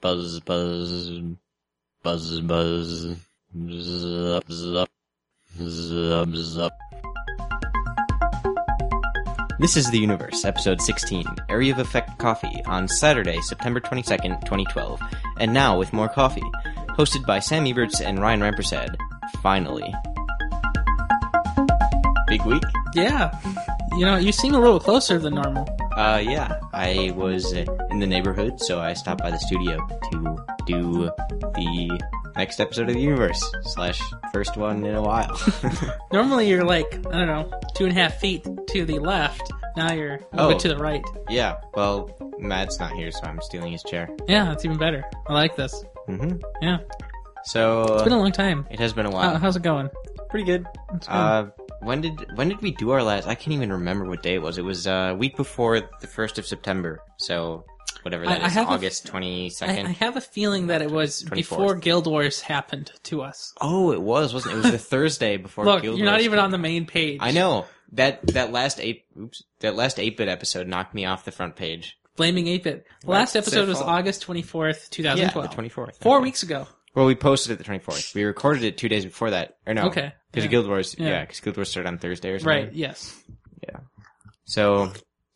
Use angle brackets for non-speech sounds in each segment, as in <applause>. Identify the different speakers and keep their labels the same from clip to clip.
Speaker 1: buzz buzz buzz buzz zup zup zup zup.
Speaker 2: This is The Universe, Episode 16, Area of Effect Coffee, on Saturday, September 22nd, 2012. And now with more coffee. Hosted by Sam Eberts and Ryan Rampersad. Finally. Big week?
Speaker 3: Yeah. You know, you seem a little closer than normal.
Speaker 2: Uh, yeah. I was uh, in the neighborhood, so I stopped by the studio to do the next episode of The Universe, slash, first one in a while. <laughs>
Speaker 3: Normally you're like, I don't know, two and a half feet to the left. Now you're a little
Speaker 2: Oh.
Speaker 3: bit to the right.
Speaker 2: yeah, well, Matt's not here, so I'm stealing his chair.
Speaker 3: Yeah, that's even better. I like this.
Speaker 2: Mm-hmm.
Speaker 3: Yeah.
Speaker 2: So,
Speaker 3: It's been a Uh-huh. long time.
Speaker 2: it has been a while.
Speaker 3: How, how's it going?
Speaker 2: pretty good.
Speaker 3: It's good.
Speaker 2: Uh, when did when did we do our last? I can't even remember what day it was. It was uh, week before the first of September, so whatever that
Speaker 3: I- I
Speaker 2: is,
Speaker 3: have a f-
Speaker 2: August twenty
Speaker 3: I, I
Speaker 2: second.
Speaker 3: have a feeling that it was
Speaker 2: 24th.
Speaker 3: before Guild Wars happened to us.
Speaker 2: Oh, it was wasn't it? It was the <laughs> Thursday before.
Speaker 3: Look,
Speaker 2: Guild
Speaker 3: you're not
Speaker 2: Wars
Speaker 3: even
Speaker 2: came-
Speaker 3: on the main page.
Speaker 2: I know that that last eight. Oops, that last eight bit episode knocked me off the front page.
Speaker 3: Blaming 8-Bit.
Speaker 2: That's
Speaker 3: The last episode
Speaker 2: their
Speaker 3: was
Speaker 2: fault.
Speaker 3: August 24th,
Speaker 2: Yeah,
Speaker 3: 2012.
Speaker 2: the twenty fourth.
Speaker 3: Four weeks ago.
Speaker 2: Well, we posted it the twenty fourth. We recorded it two days before that, or no?
Speaker 3: Okay,
Speaker 2: Because
Speaker 3: yeah.
Speaker 2: Guild Wars,
Speaker 3: Yeah.
Speaker 2: yeah, because Guild Wars started on Thursday or something.
Speaker 3: Right, yes.
Speaker 2: So,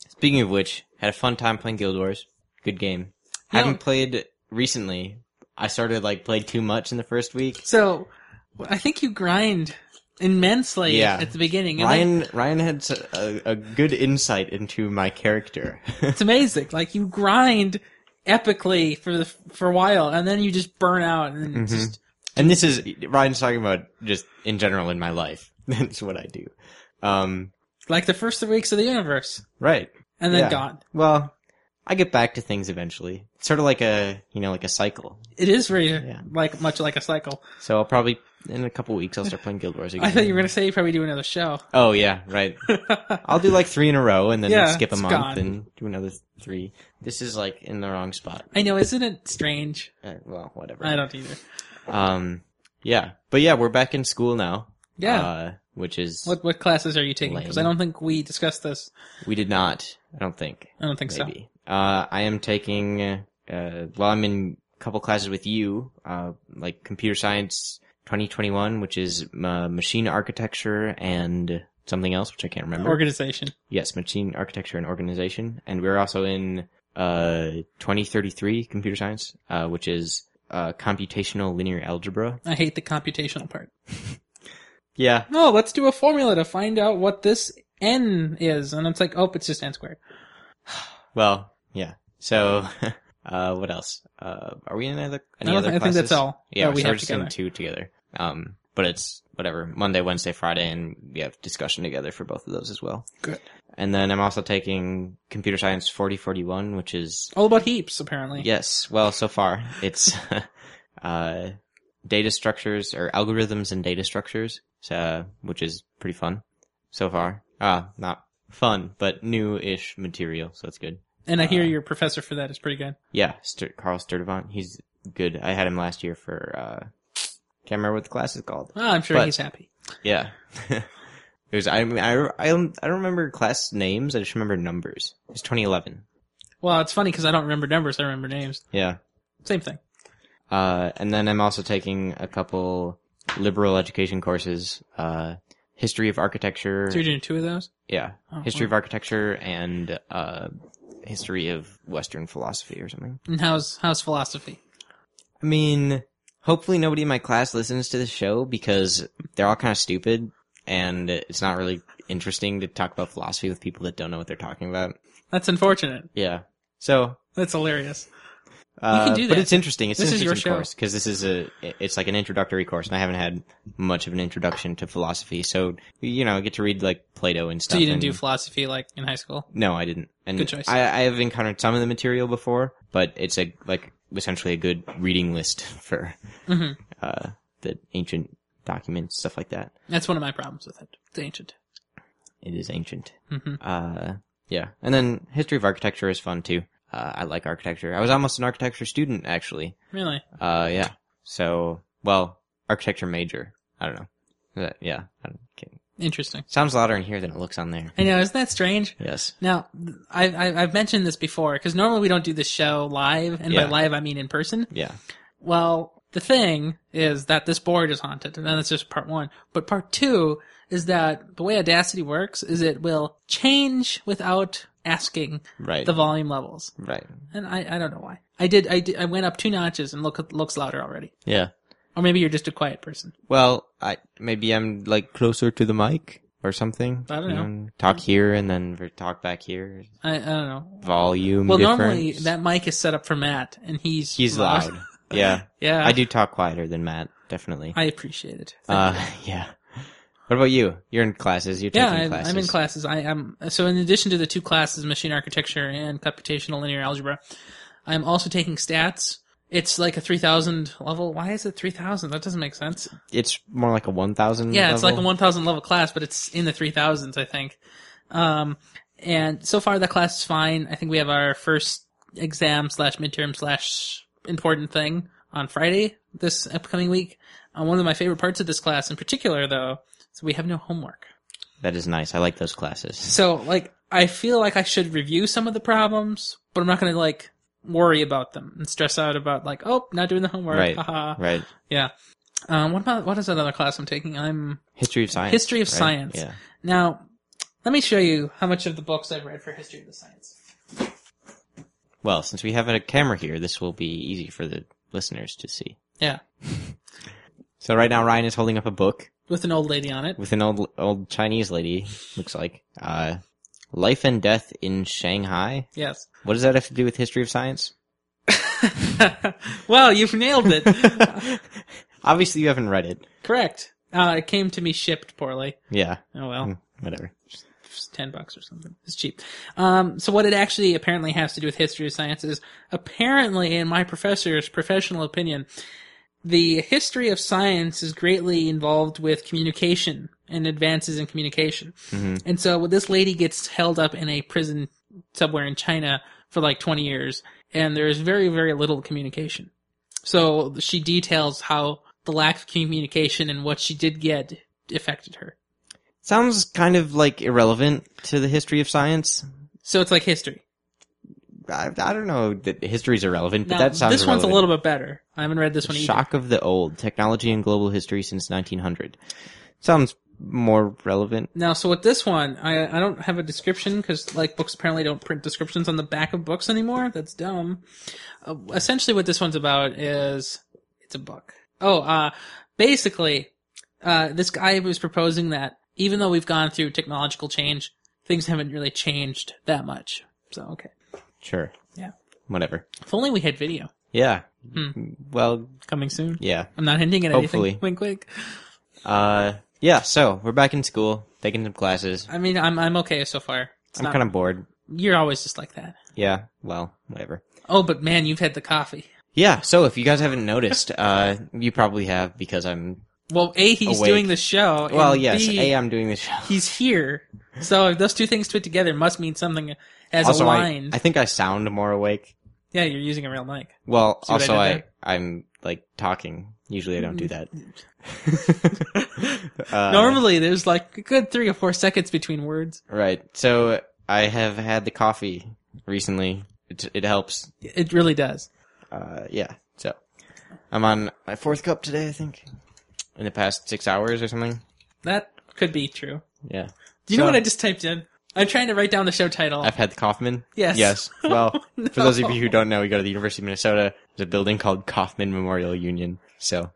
Speaker 2: speaking of which, had a fun time playing Guild Wars. Good game.
Speaker 3: You know-
Speaker 2: Haven't played recently. I started like played too much in the first week.
Speaker 3: So, I think you grind immensely
Speaker 2: Yeah.
Speaker 3: at the beginning. and then-
Speaker 2: Ryan Ryan had s- a, a good insight into my character. <laughs>
Speaker 3: it's amazing. Like you grind epically for the for a while, and then you just burn out, and it's
Speaker 2: Mhm.
Speaker 3: just
Speaker 2: and this is Ryan's talking about just in general in my life. <laughs> That's what I do. Um,
Speaker 3: like the first three weeks of the universe,
Speaker 2: right.
Speaker 3: and then
Speaker 2: Yeah.
Speaker 3: gone.
Speaker 2: Well, I get back to things eventually. It's sort of like a you know like a cycle.
Speaker 3: It is very
Speaker 2: Yeah.
Speaker 3: like much like a cycle.
Speaker 2: So I'll probably in a couple weeks I'll start playing Guild Wars again.
Speaker 3: <laughs> I thought you were gonna say you probably do another show. <laughs>
Speaker 2: Oh yeah, right. I'll do like three in a row and then
Speaker 3: Yeah,
Speaker 2: skip a
Speaker 3: it's
Speaker 2: month
Speaker 3: gone.
Speaker 2: and do another three. This is like in the wrong spot.
Speaker 3: I know, isn't it strange?
Speaker 2: Uh, well, whatever.
Speaker 3: I don't either.
Speaker 2: Um, yeah, but yeah, we're back in school now.
Speaker 3: Yeah.
Speaker 2: uh, which is
Speaker 3: what what classes are you taking? Because I
Speaker 2: lame.
Speaker 3: don't think we discussed this.
Speaker 2: we did not. I don't think.
Speaker 3: I don't think so.
Speaker 2: Maybe. Uh, I am taking. Uh, well, I'm in a couple classes with you, uh, like computer science 2021, which is uh, machine architecture and something else, which I can't remember.
Speaker 3: Organization.
Speaker 2: Yes, machine architecture and organization. And we're also in uh, 2033 computer science, uh, which is uh, computational linear algebra.
Speaker 3: I hate the computational part.
Speaker 2: Yeah.
Speaker 3: No, let's do a formula to find out what this n is, and it's like, oh, it's just n squared.
Speaker 2: Well, yeah. So, <laughs> uh, what else? Uh, are we in other, any
Speaker 3: I, don't
Speaker 2: other
Speaker 3: think- I think
Speaker 2: classes?
Speaker 3: that's all.
Speaker 2: Yeah,
Speaker 3: that we
Speaker 2: so
Speaker 3: have
Speaker 2: we're just in
Speaker 3: together.
Speaker 2: two together. Um, but it's whatever Monday, Wednesday, Friday, and we have discussion together for both of those as well.
Speaker 3: Good.
Speaker 2: And then I'm also taking computer science 4041, which is
Speaker 3: All about heaps, apparently.
Speaker 2: Yes. Well, so far it's <laughs> uh, data structures or algorithms and data structures, so, which is pretty fun so far. Uh, not fun, but new-ish material, so that's good.
Speaker 3: And I hear
Speaker 2: Uh,
Speaker 3: your professor for that is pretty good.
Speaker 2: Yeah, St- Carl Sturdivant, he's good. I had him last year for uh, can't remember what the class is called.
Speaker 3: Ah, I'm sure
Speaker 2: but-
Speaker 3: he's happy.
Speaker 2: Yeah. <laughs> it was I, I I don't I don't remember class names. I just remember numbers. It was 2011.
Speaker 3: Well, it's funny because I don't remember numbers; I remember names.
Speaker 2: Yeah.
Speaker 3: Same thing.
Speaker 2: Uh, and then I'm also taking a couple liberal education courses, uh, history of architecture.
Speaker 3: So you're doing two of those.
Speaker 2: Yeah.
Speaker 3: Oh,
Speaker 2: History of
Speaker 3: wow.
Speaker 2: architecture and, uh, history of Western philosophy or something.
Speaker 3: and how's how's philosophy?
Speaker 2: I mean, hopefully nobody in my class listens to this show because they're all kind of stupid and it's not really interesting to talk about philosophy with people that don't know what they're talking about.
Speaker 3: That's unfortunate.
Speaker 2: Yeah. So,
Speaker 3: That's hilarious.
Speaker 2: Uh,
Speaker 3: can do
Speaker 2: But
Speaker 3: that.
Speaker 2: it's interesting. It's
Speaker 3: This
Speaker 2: an
Speaker 3: is
Speaker 2: interesting
Speaker 3: your show.
Speaker 2: course because this is a it's like an introductory course, and I haven't had much of an introduction to philosophy. So you know, I get to read like Plato and stuff.
Speaker 3: So you didn't do
Speaker 2: and-
Speaker 3: philosophy like in high school.
Speaker 2: no, I didn't. And
Speaker 3: Good choice.
Speaker 2: I, I have encountered some of the material before, but it's a like essentially a good reading list <laughs> for
Speaker 3: hmm
Speaker 2: uh, the ancient documents, stuff like that.
Speaker 3: That's one of my problems with it. It's ancient.
Speaker 2: It is ancient.
Speaker 3: hmm
Speaker 2: Uh, yeah, and then history of architecture is fun too. Uh, I like architecture. I was almost an architecture student actually.
Speaker 3: Really?
Speaker 2: Uh, Uh, yeah. So, well, architecture major. I don't know. Is that- yeah, I don't- can't,
Speaker 3: Interesting.
Speaker 2: Sounds louder in here than it looks on there.
Speaker 3: I know, isn't that strange?
Speaker 2: Yes.
Speaker 3: Now, I, I, I've mentioned this before because normally we don't do this show live, and
Speaker 2: Yeah.
Speaker 3: by live I mean in person.
Speaker 2: Yeah.
Speaker 3: Well, the thing is that this board is haunted, and that's just part one. But part two is that the way Audacity works is it will change without asking
Speaker 2: Right.
Speaker 3: the volume levels,
Speaker 2: right.
Speaker 3: and I, I don't know why. I did, I did I went up two notches and look looks louder already,
Speaker 2: Yeah.
Speaker 3: or maybe you're just a quiet person.
Speaker 2: Well, I maybe I'm like closer to the mic or something.
Speaker 3: I don't
Speaker 2: You
Speaker 3: know.
Speaker 2: Talk here and then re- talk back here.
Speaker 3: I, I don't know.
Speaker 2: Volume.
Speaker 3: Well,
Speaker 2: difference.
Speaker 3: normally that mic is set up for Matt, and he's
Speaker 2: he's loud.
Speaker 3: <laughs>
Speaker 2: yeah,
Speaker 3: Yeah,
Speaker 2: I do talk quieter than Matt. Definitely.
Speaker 3: I appreciate it. Thank
Speaker 2: uh, <laughs> yeah. What about you? You're in classes. You're
Speaker 3: Yeah,
Speaker 2: taking
Speaker 3: I'm,
Speaker 2: classes.
Speaker 3: I'm in classes. I am so in addition to the two classes, machine architecture and computational linear algebra, I'm also taking stats. It's like a 3000 level. Why is it 3000? That doesn't make sense.
Speaker 2: It's more like a one thousand.
Speaker 3: Yeah, it's like a 1000 Mm, level class, but it's in the 3000s, I think. Um, and so far the class is fine. I think we have our first exam slash midterm slash important thing on Friday this upcoming week. Uh, one of my favorite parts of this class in particular though, is we have no homework.
Speaker 2: That is nice. I like those classes. <laughs>
Speaker 3: So like I feel like I should review some of the problems, but I'm not gonna like worry about them and stress out about like, oh, not doing the homework.
Speaker 2: Right.
Speaker 3: Haha.
Speaker 2: Right.
Speaker 3: Yeah. Um, what about what is another class I'm taking? I'm
Speaker 2: History of science.
Speaker 3: History of
Speaker 2: right?
Speaker 3: science.
Speaker 2: Yeah.
Speaker 3: now let me show you how much of the books I've read for history of the science.
Speaker 2: Well, since we have a camera here, this will be easy for the listeners to see.
Speaker 3: Yeah.
Speaker 2: So right now, Ryan is holding up a book.
Speaker 3: With an old lady on it.
Speaker 2: with an old old Chinese lady, looks like. Uh, life and death in Shanghai.
Speaker 3: Yes. <laughs>
Speaker 2: What does that have to do with history of science? <laughs>
Speaker 3: well, you've nailed
Speaker 2: <laughs>
Speaker 3: it.
Speaker 2: Obviously, you haven't read it.
Speaker 3: Correct. Uh, it came to me shipped poorly.
Speaker 2: Yeah, Mm,
Speaker 3: Oh well.
Speaker 2: whatever.
Speaker 3: it's 10 bucks or something. It's cheap. Um, so what it actually apparently has to do with history of science is apparently, in my professor's professional opinion, the history of science is greatly involved with communication and advances in communication.
Speaker 2: Mhm.
Speaker 3: And so this lady gets held up in a prison somewhere in China for like 20 years, and there's very, very little communication. So she details how the lack of communication and what she did get affected her.
Speaker 2: Sounds kind of like irrelevant to the history of science.
Speaker 3: So it's like history.
Speaker 2: I, I don't know that history's irrelevant, but
Speaker 3: Now,
Speaker 2: that sounds
Speaker 3: this one's a little bit better. I haven't read this one either.
Speaker 2: shock of the old technology and global history since 1900. Sounds more relevant.
Speaker 3: Now, so with this one, I, I don't have a description because like books apparently don't print descriptions on the back of books anymore. That's dumb. Uh, essentially, what this one's about is it's a book. Oh, uh, basically, uh, this guy was proposing that even though we've gone through technological change, things haven't really changed that much. So okay,
Speaker 2: Sure.
Speaker 3: Yeah.
Speaker 2: Whatever.
Speaker 3: if only we had video
Speaker 2: Yeah.
Speaker 3: Hmm.
Speaker 2: Well,
Speaker 3: coming soon.
Speaker 2: yeah.
Speaker 3: I'm not hinting at
Speaker 2: Hopefully.
Speaker 3: anything. <laughs> Wink, wink.
Speaker 2: Uh, yeah, so we're back in school, taking some classes.
Speaker 3: I mean, I'm I'm okay so far. It's
Speaker 2: I'm
Speaker 3: not-
Speaker 2: kind of bored.
Speaker 3: You're always just like that.
Speaker 2: Yeah, well, whatever.
Speaker 3: Oh, but man, you've had the coffee.
Speaker 2: Yeah, so if you guys haven't noticed, uh, you probably have because I'm,
Speaker 3: Well, A, he's
Speaker 2: Awake.
Speaker 3: doing the show. and
Speaker 2: well, yes,
Speaker 3: B,
Speaker 2: A, I'm doing this show.
Speaker 3: he's here. So those two things put together must mean something as
Speaker 2: also, I,
Speaker 3: aligned.
Speaker 2: I think I sound more awake.
Speaker 3: yeah, you're using a real mic.
Speaker 2: Well,
Speaker 3: See what I
Speaker 2: also,
Speaker 3: did
Speaker 2: I,
Speaker 3: there?
Speaker 2: I am like talking. Usually I don't do
Speaker 3: <laughs>
Speaker 2: that. Uh,
Speaker 3: Normally, there's like a good three or four seconds between words.
Speaker 2: Right, so I have had the coffee recently. It, it helps.
Speaker 3: It really does.
Speaker 2: Uh, yeah, so I'm on my fourth cup today, I think. In the past six hours or something.
Speaker 3: That could be true.
Speaker 2: Yeah.
Speaker 3: Do you
Speaker 2: So-
Speaker 3: know what I just typed in? I'm trying to write down the show title.
Speaker 2: I've had the Kaufman.
Speaker 3: Yes. <laughs>
Speaker 2: Yes. Well, for those of
Speaker 3: No.
Speaker 2: you who don't know, we go to the University of Minnesota. There's a building called Kaufman Memorial Union. So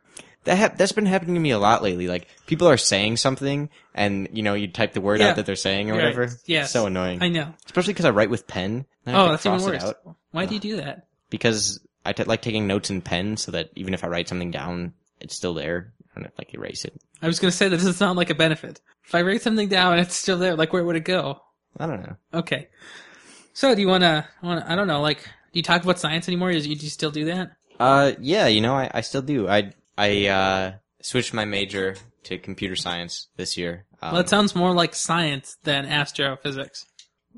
Speaker 2: that ha- that's been happening to me a lot lately. Like people are saying something, and you know, you type the word
Speaker 3: Yeah.
Speaker 2: out that they're saying or
Speaker 3: Right.
Speaker 2: whatever.
Speaker 3: Yes.
Speaker 2: So annoying,
Speaker 3: I know.
Speaker 2: especially because I write with pen. and I have
Speaker 3: Oh,
Speaker 2: to
Speaker 3: that's even
Speaker 2: cross it
Speaker 3: worse.
Speaker 2: out Uh.
Speaker 3: Why do you do that?
Speaker 2: because I t- like taking notes in pen, so that even if I write something down, it's still there. I don't like erase it.
Speaker 3: I was going to say that this does not like a benefit. If I write something down and it's still there, like where would it go?
Speaker 2: I don't know.
Speaker 3: Okay. So do you wanna, wanna I don't know, like, do you talk about science anymore? Is, do you still do that?
Speaker 2: Uh, yeah, you know, I, I still do. I I uh, switched my major to computer science this year. Um,
Speaker 3: well, it sounds more like science than astrophysics.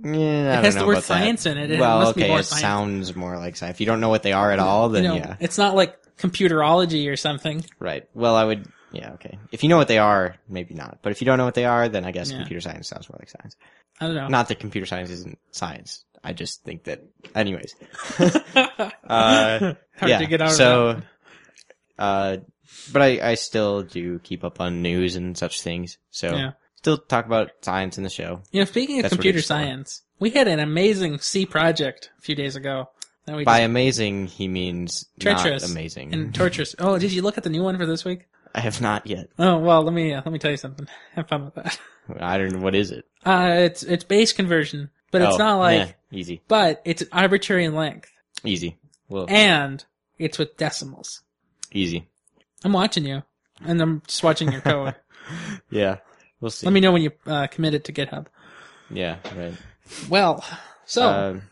Speaker 2: yeah, I
Speaker 3: It
Speaker 2: don't
Speaker 3: has
Speaker 2: know
Speaker 3: the word
Speaker 2: about that.
Speaker 3: science in it. It
Speaker 2: well,
Speaker 3: must
Speaker 2: okay,
Speaker 3: be more
Speaker 2: it
Speaker 3: science.
Speaker 2: sounds more like science. If you don't know what they are at all,
Speaker 3: you
Speaker 2: then
Speaker 3: know,
Speaker 2: yeah,
Speaker 3: It's not like computerology or something.
Speaker 2: right. Well, I would Yeah, okay. If you know what they are, maybe not. But if you don't know what they are, then I guess
Speaker 3: Yeah.
Speaker 2: computer science sounds more like science.
Speaker 3: I don't know. <laughs>
Speaker 2: Not that computer science isn't science. I just think that, anyways.
Speaker 3: Hard
Speaker 2: Uh, yeah.
Speaker 3: to get out
Speaker 2: so,
Speaker 3: of that.
Speaker 2: <laughs> uh, but I, I still do keep up on news and such things. So
Speaker 3: Yeah.
Speaker 2: still talk about science in the show.
Speaker 3: You know, speaking of
Speaker 2: That's what
Speaker 3: computer
Speaker 2: it's for.
Speaker 3: science, we had an amazing C project a few days ago. That we
Speaker 2: By
Speaker 3: just-
Speaker 2: amazing, he means
Speaker 3: Treacherous
Speaker 2: not amazing.
Speaker 3: and torturous. Oh, did you look at the new one for this week?
Speaker 2: I have not yet.
Speaker 3: Oh well, let me uh, let me tell you something. <laughs> Have fun with that.
Speaker 2: I don't know what is it.
Speaker 3: Uh, it's it's base conversion, but it's
Speaker 2: Oh,
Speaker 3: not like.
Speaker 2: meh, easy,
Speaker 3: But it's arbitrary in length,
Speaker 2: easy, well,
Speaker 3: and it's with decimals.
Speaker 2: easy.
Speaker 3: I'm watching you, and I'm just watching your code.
Speaker 2: <laughs> Yeah, we'll see.
Speaker 3: let me know when you uh, commit it to GitHub.
Speaker 2: Yeah, right.
Speaker 3: Well, so
Speaker 2: Um,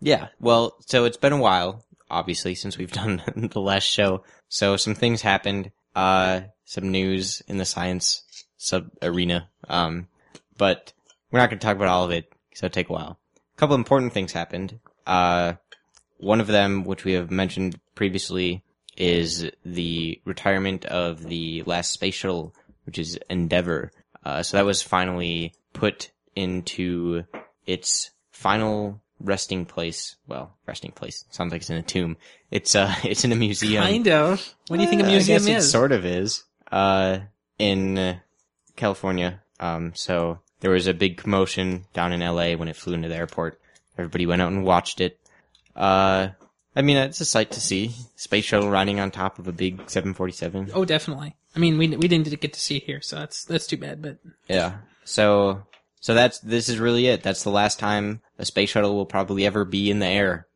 Speaker 2: yeah. Well, so it's been a while, obviously, since we've <laughs> done the last show. So some things happened, uh, some news in the science sub arena. Um, but we're not going to talk about all of it because it'll take a while. A couple important things happened. Uh, one of them, which we have mentioned previously, is the retirement of the last space shuttle, which is Endeavour. Uh, so that was finally put into its final resting place. Well, resting place sounds like it's in a tomb. It's uh, <laughs> it's in a museum.
Speaker 3: kind of. What do you think a
Speaker 2: Uh, I
Speaker 3: museum
Speaker 2: guess It
Speaker 3: is?
Speaker 2: sort of is. Uh, in uh, California. Um, so there was a big commotion down in LA when it flew into the airport. Everybody went out and watched it. Uh, I mean, it's a sight to see. Space shuttle riding on top of a big 747.
Speaker 3: Oh, definitely. I mean, we we didn't get to see it here, so that's that's too bad. But
Speaker 2: Yeah. So, so that's, this is really it. That's the last time a space shuttle will probably ever be in the air,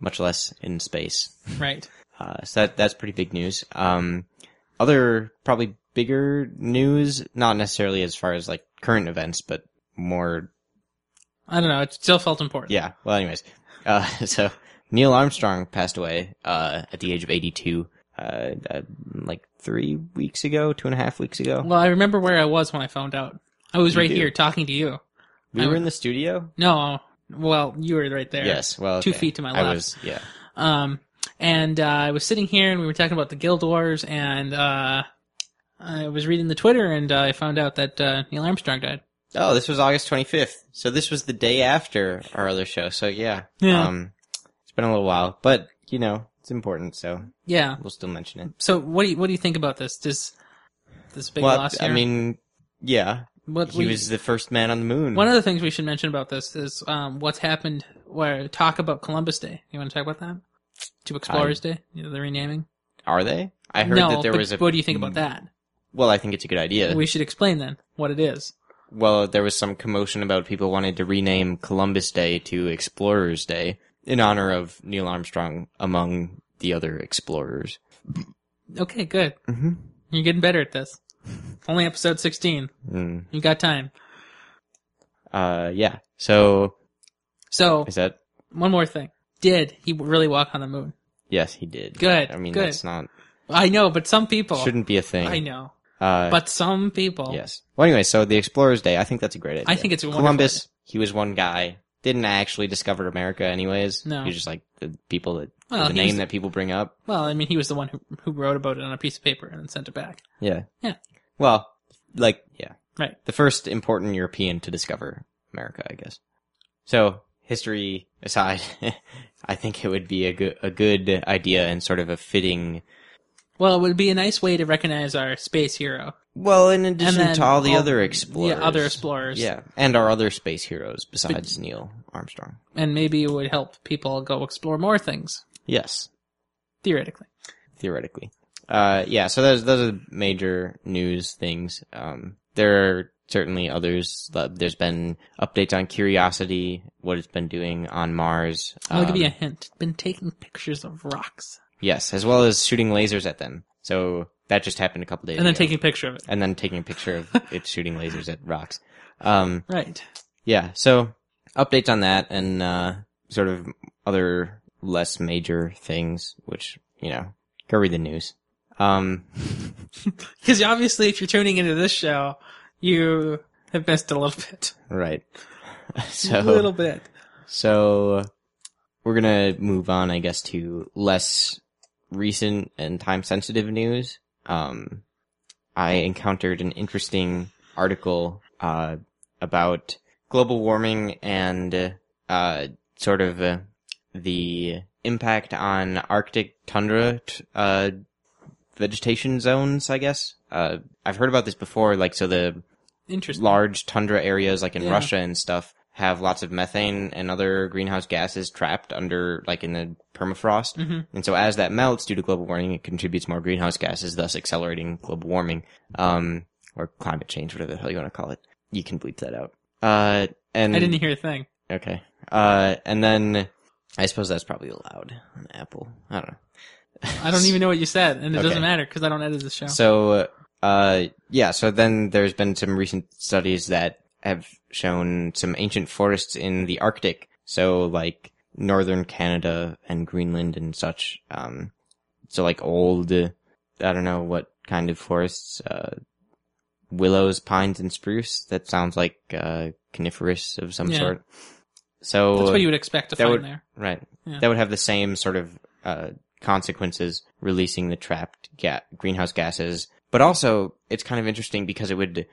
Speaker 2: much less in space.
Speaker 3: right,
Speaker 2: Uh, so that that's pretty big news. Um, other probably bigger news, not necessarily as far as like current events, but more.
Speaker 3: I don't know. It still felt important.
Speaker 2: Yeah. Well, anyways, uh, <laughs> so Neil Armstrong passed away uh, at the age of eighty-two, uh, uh, like three weeks ago, two and a half weeks ago.
Speaker 3: Well, I remember where I was when I found out. I was
Speaker 2: You
Speaker 3: right
Speaker 2: do.
Speaker 3: here talking to you.
Speaker 2: We
Speaker 3: I-
Speaker 2: were in the studio.
Speaker 3: No, well, you were right there.
Speaker 2: Yes. Well,
Speaker 3: Two
Speaker 2: okay.
Speaker 3: feet to my
Speaker 2: I
Speaker 3: left.
Speaker 2: was. Yeah.
Speaker 3: Um, and uh, I was sitting here and we were talking about the Guild Wars, and uh, I was reading the Twitter and uh, I found out that uh, Neil Armstrong died.
Speaker 2: Oh, this was August 25th. So this was the day after our other show. So yeah.
Speaker 3: Yeah.
Speaker 2: Um, it's been a little while, but you know, it's important. So
Speaker 3: Yeah.
Speaker 2: we'll still mention it.
Speaker 3: So what do you what do you think about this? This this big
Speaker 2: well,
Speaker 3: loss
Speaker 2: I
Speaker 3: here.
Speaker 2: mean, yeah,
Speaker 3: what
Speaker 2: he
Speaker 3: we-
Speaker 2: was the first man on the moon.
Speaker 3: one of the things we should mention about this is um, what's happened. Where talk about Columbus Day? You want to talk about that? To Explorers Day, you know, the renaming.
Speaker 2: Are they? I heard
Speaker 3: no,
Speaker 2: that there
Speaker 3: but
Speaker 2: was a. Mm,
Speaker 3: what do you think about that?
Speaker 2: Well, I think it's a good idea.
Speaker 3: We should explain then what it is.
Speaker 2: well, there was some commotion about people wanted to rename Columbus Day to Explorers Day in honor of Neil Armstrong among the other explorers.
Speaker 3: Okay, good.
Speaker 2: Mm-hmm.
Speaker 3: You're getting better at this. Only episode 16.
Speaker 2: Mm.
Speaker 3: You got time.
Speaker 2: Uh, yeah. So
Speaker 3: So,
Speaker 2: is that?
Speaker 3: one more thing. Did he really walk on the moon?
Speaker 2: Yes, he did.
Speaker 3: Good,
Speaker 2: I mean,
Speaker 3: good.
Speaker 2: that's not
Speaker 3: I know, but some people.
Speaker 2: shouldn't be a thing.
Speaker 3: I know.
Speaker 2: Uh,
Speaker 3: But some people.
Speaker 2: Yes. Well, anyway, so the Explorer's Day, I think that's a great idea.
Speaker 3: I think it's a wonderful
Speaker 2: Columbus. He was one guy. Didn't actually discover America, anyways.
Speaker 3: No.
Speaker 2: He was just like the people that
Speaker 3: Well,
Speaker 2: the
Speaker 3: he
Speaker 2: name
Speaker 3: was-
Speaker 2: that people bring up.
Speaker 3: Well, I mean, he was the one who, who wrote about it on a piece of paper and then sent it back.
Speaker 2: Yeah.
Speaker 3: Yeah.
Speaker 2: Well, like yeah,
Speaker 3: Right.
Speaker 2: the first important European to discover America, I guess. So history aside, <laughs> I think it would be a good a good idea and sort of a fitting.
Speaker 3: Well, it would be a nice way to recognize our space hero.
Speaker 2: Well, in addition
Speaker 3: then
Speaker 2: to all the
Speaker 3: all-
Speaker 2: other
Speaker 3: yeah,
Speaker 2: explorers,
Speaker 3: other explorers.
Speaker 2: yeah, and our other space heroes besides Neil Armstrong.
Speaker 3: And maybe it would help people go explore more things,
Speaker 2: Yes.
Speaker 3: theoretically.
Speaker 2: theoretically. Uh, yeah, so those those are the major news things. Um, there are certainly others. Uh, There's been updates on Curiosity, what it's been doing on Mars.
Speaker 3: I'll give
Speaker 2: um,
Speaker 3: you a hint. Been taking pictures of rocks
Speaker 2: yes, as well as shooting lasers at them. So that just happened a couple days
Speaker 3: and then
Speaker 2: ago.
Speaker 3: taking a picture of it.
Speaker 2: and then taking a picture of <laughs> it shooting lasers at rocks. Um,
Speaker 3: Right.
Speaker 2: yeah, so updates on that and uh, sort of other less major things, which you know, go read the news. Um, <laughs>
Speaker 3: Because obviously, if you're tuning into this show, you have missed a little bit.
Speaker 2: Right. <laughs> So,
Speaker 3: a <laughs> little bit.
Speaker 2: so we're gonna move on, I guess, to less recent and time sensitive news. Um, I encountered an interesting article uh, about global warming and uh, sort of uh, the impact on Arctic tundra t- uh, vegetation zones. I guess uh, I've heard about this before. Like so, the
Speaker 3: Interesting.
Speaker 2: large tundra areas like in
Speaker 3: Yeah.
Speaker 2: Russia and stuff have lots of methane and other greenhouse gases trapped under like in the permafrost.
Speaker 3: hmm
Speaker 2: And so as that melts due to global warming, it contributes more greenhouse gases, thus accelerating global warming, um, or climate change, whatever the hell you want to call it. You can bleep that out. Uh, and
Speaker 3: I didn't e- hear a thing.
Speaker 2: okay. Uh, and then I suppose that's probably allowed on Apple. I don't know. <laughs>
Speaker 3: I don't even know what you said, and it
Speaker 2: Okay.
Speaker 3: doesn't matter because I don't edit the show.
Speaker 2: So, uh, yeah, so then there's been some recent studies that have shown some ancient forests in the Arctic. So, like, northern Canada and Greenland and such. Um, so like old, uh, I don't know what kind of forests, uh, willows, pines, and spruce. That sounds like, uh, coniferous of some
Speaker 3: Yeah.
Speaker 2: sort. So,
Speaker 3: That's what you would expect to
Speaker 2: that
Speaker 3: find
Speaker 2: would-
Speaker 3: there.
Speaker 2: Right.
Speaker 3: Yeah.
Speaker 2: That would have the same sort of uh, consequences, releasing the trapped ga- greenhouse gases. But also, it's kind of interesting because it would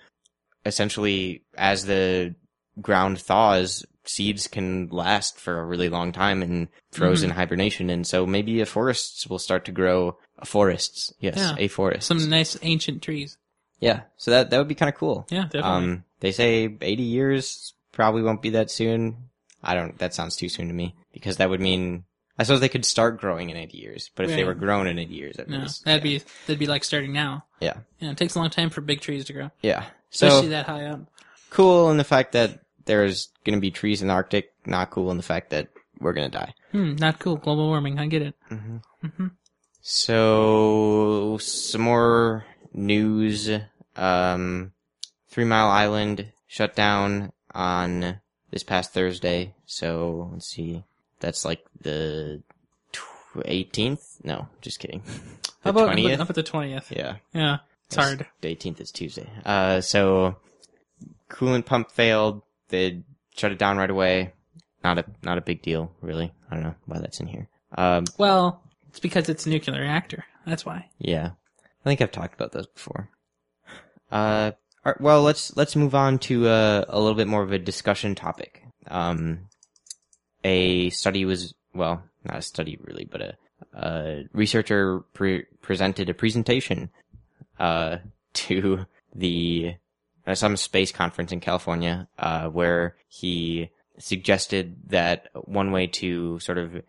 Speaker 2: essentially, as the ground thaws, seeds can last for a really long time in frozen
Speaker 3: Mm-hmm.
Speaker 2: hibernation, and so maybe a forests will start to grow. Forests, yes,
Speaker 3: Yeah.
Speaker 2: a forest.
Speaker 3: Some nice ancient trees.
Speaker 2: yeah, so that that would be kind of cool.
Speaker 3: Yeah, definitely.
Speaker 2: Um, they say 80 years probably won't be that soon. I don't, that sounds too soon to me because that would mean, I suppose they could start growing in 80 years, but if they
Speaker 3: Yeah.
Speaker 2: were grown in 80 years, that
Speaker 3: no,
Speaker 2: means.
Speaker 3: that'd be that'd be like starting now.
Speaker 2: Yeah.
Speaker 3: Yeah, it takes a long time for big trees to grow,
Speaker 2: Yeah.
Speaker 3: especially
Speaker 2: So
Speaker 3: that high up.
Speaker 2: cool in the fact that there's going to be trees in the Arctic, not cool in the fact that we're going to die.
Speaker 3: Hmm, not cool. Global warming. I get it.
Speaker 2: Mm-hmm.
Speaker 3: hmm
Speaker 2: So some more news. Um, Three Mile Island shut down on this past Thursday. So let's see, that's like the eighteenth. No, just kidding. <laughs>
Speaker 3: How
Speaker 2: The
Speaker 3: about
Speaker 2: twentieth.
Speaker 3: up at the twentieth?
Speaker 2: Yeah,
Speaker 3: Yeah, it's hard.
Speaker 2: The eighteenth is Tuesday. Uh, so coolant pump failed. They shut it down right away. Not a not a big deal, really. I don't know why that's in here. Um,
Speaker 3: Well, it's because it's a nuclear reactor. That's why.
Speaker 2: Yeah, I think I've talked about those before. Uh, all right, well, let's let's move on to uh, a little bit more of a discussion topic. Um, a study was well, not a study really, but a, a researcher pre- presented a presentation uh, <laughs> to the uh, some space conference in California uh, where he suggested that one way to sort of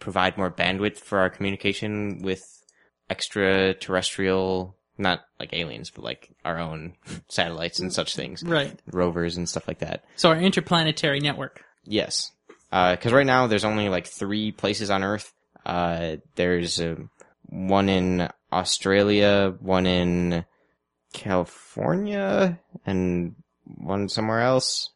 Speaker 2: provide more bandwidth for our communication with extraterrestrial, not like aliens, but like our own <laughs> satellites and such things,
Speaker 3: Right.
Speaker 2: rovers and stuff like that.
Speaker 3: So our interplanetary network.
Speaker 2: Yes, because right now there's only like three places on Earth. Uh, there's uh, one in Australia, one in California, and one somewhere else.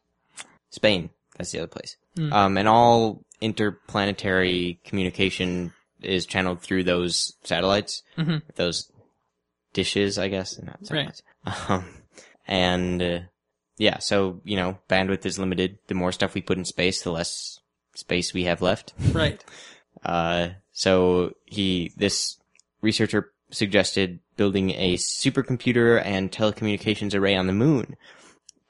Speaker 2: Spain. That's the other place.
Speaker 3: Mm.
Speaker 2: Um, and all interplanetary communication is channeled through those satellites,
Speaker 3: Mhm.
Speaker 2: those dishes, I guess, not satellites. Um, and uh, yeah, so you know, bandwidth is limited. The more stuff we put in space, the less space we have left.
Speaker 3: Right.
Speaker 2: Uh, so he, this researcher suggested building a supercomputer and telecommunications array on the moon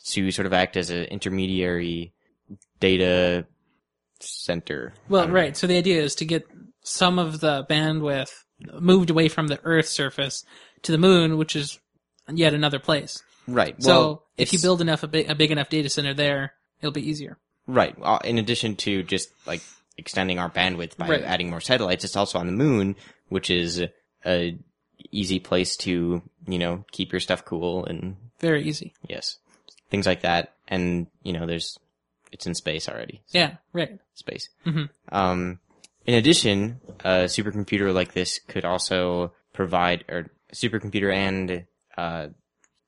Speaker 2: to sort of act as an intermediary data center. I
Speaker 3: Well,
Speaker 2: don't
Speaker 3: right. So the idea is to get some of the bandwidth moved away from the Earth's surface to the moon, which is yet another place.
Speaker 2: know. Right.
Speaker 3: so
Speaker 2: well,
Speaker 3: if you
Speaker 2: it's-
Speaker 3: build enough a big, a big enough data center there, it'll be easier.
Speaker 2: Right. Uh, In addition to just like extending our bandwidth by
Speaker 3: Right.
Speaker 2: adding more satellites, it's also on the moon, which is a easy place to, you know, keep your stuff cool and
Speaker 3: Very easy.
Speaker 2: yes, things like that. And, you know, there's, it's in space already. so
Speaker 3: Yeah. Right.
Speaker 2: Space.
Speaker 3: Mhm.
Speaker 2: Um, in addition, a supercomputer like this could also provide, or supercomputer and, uh,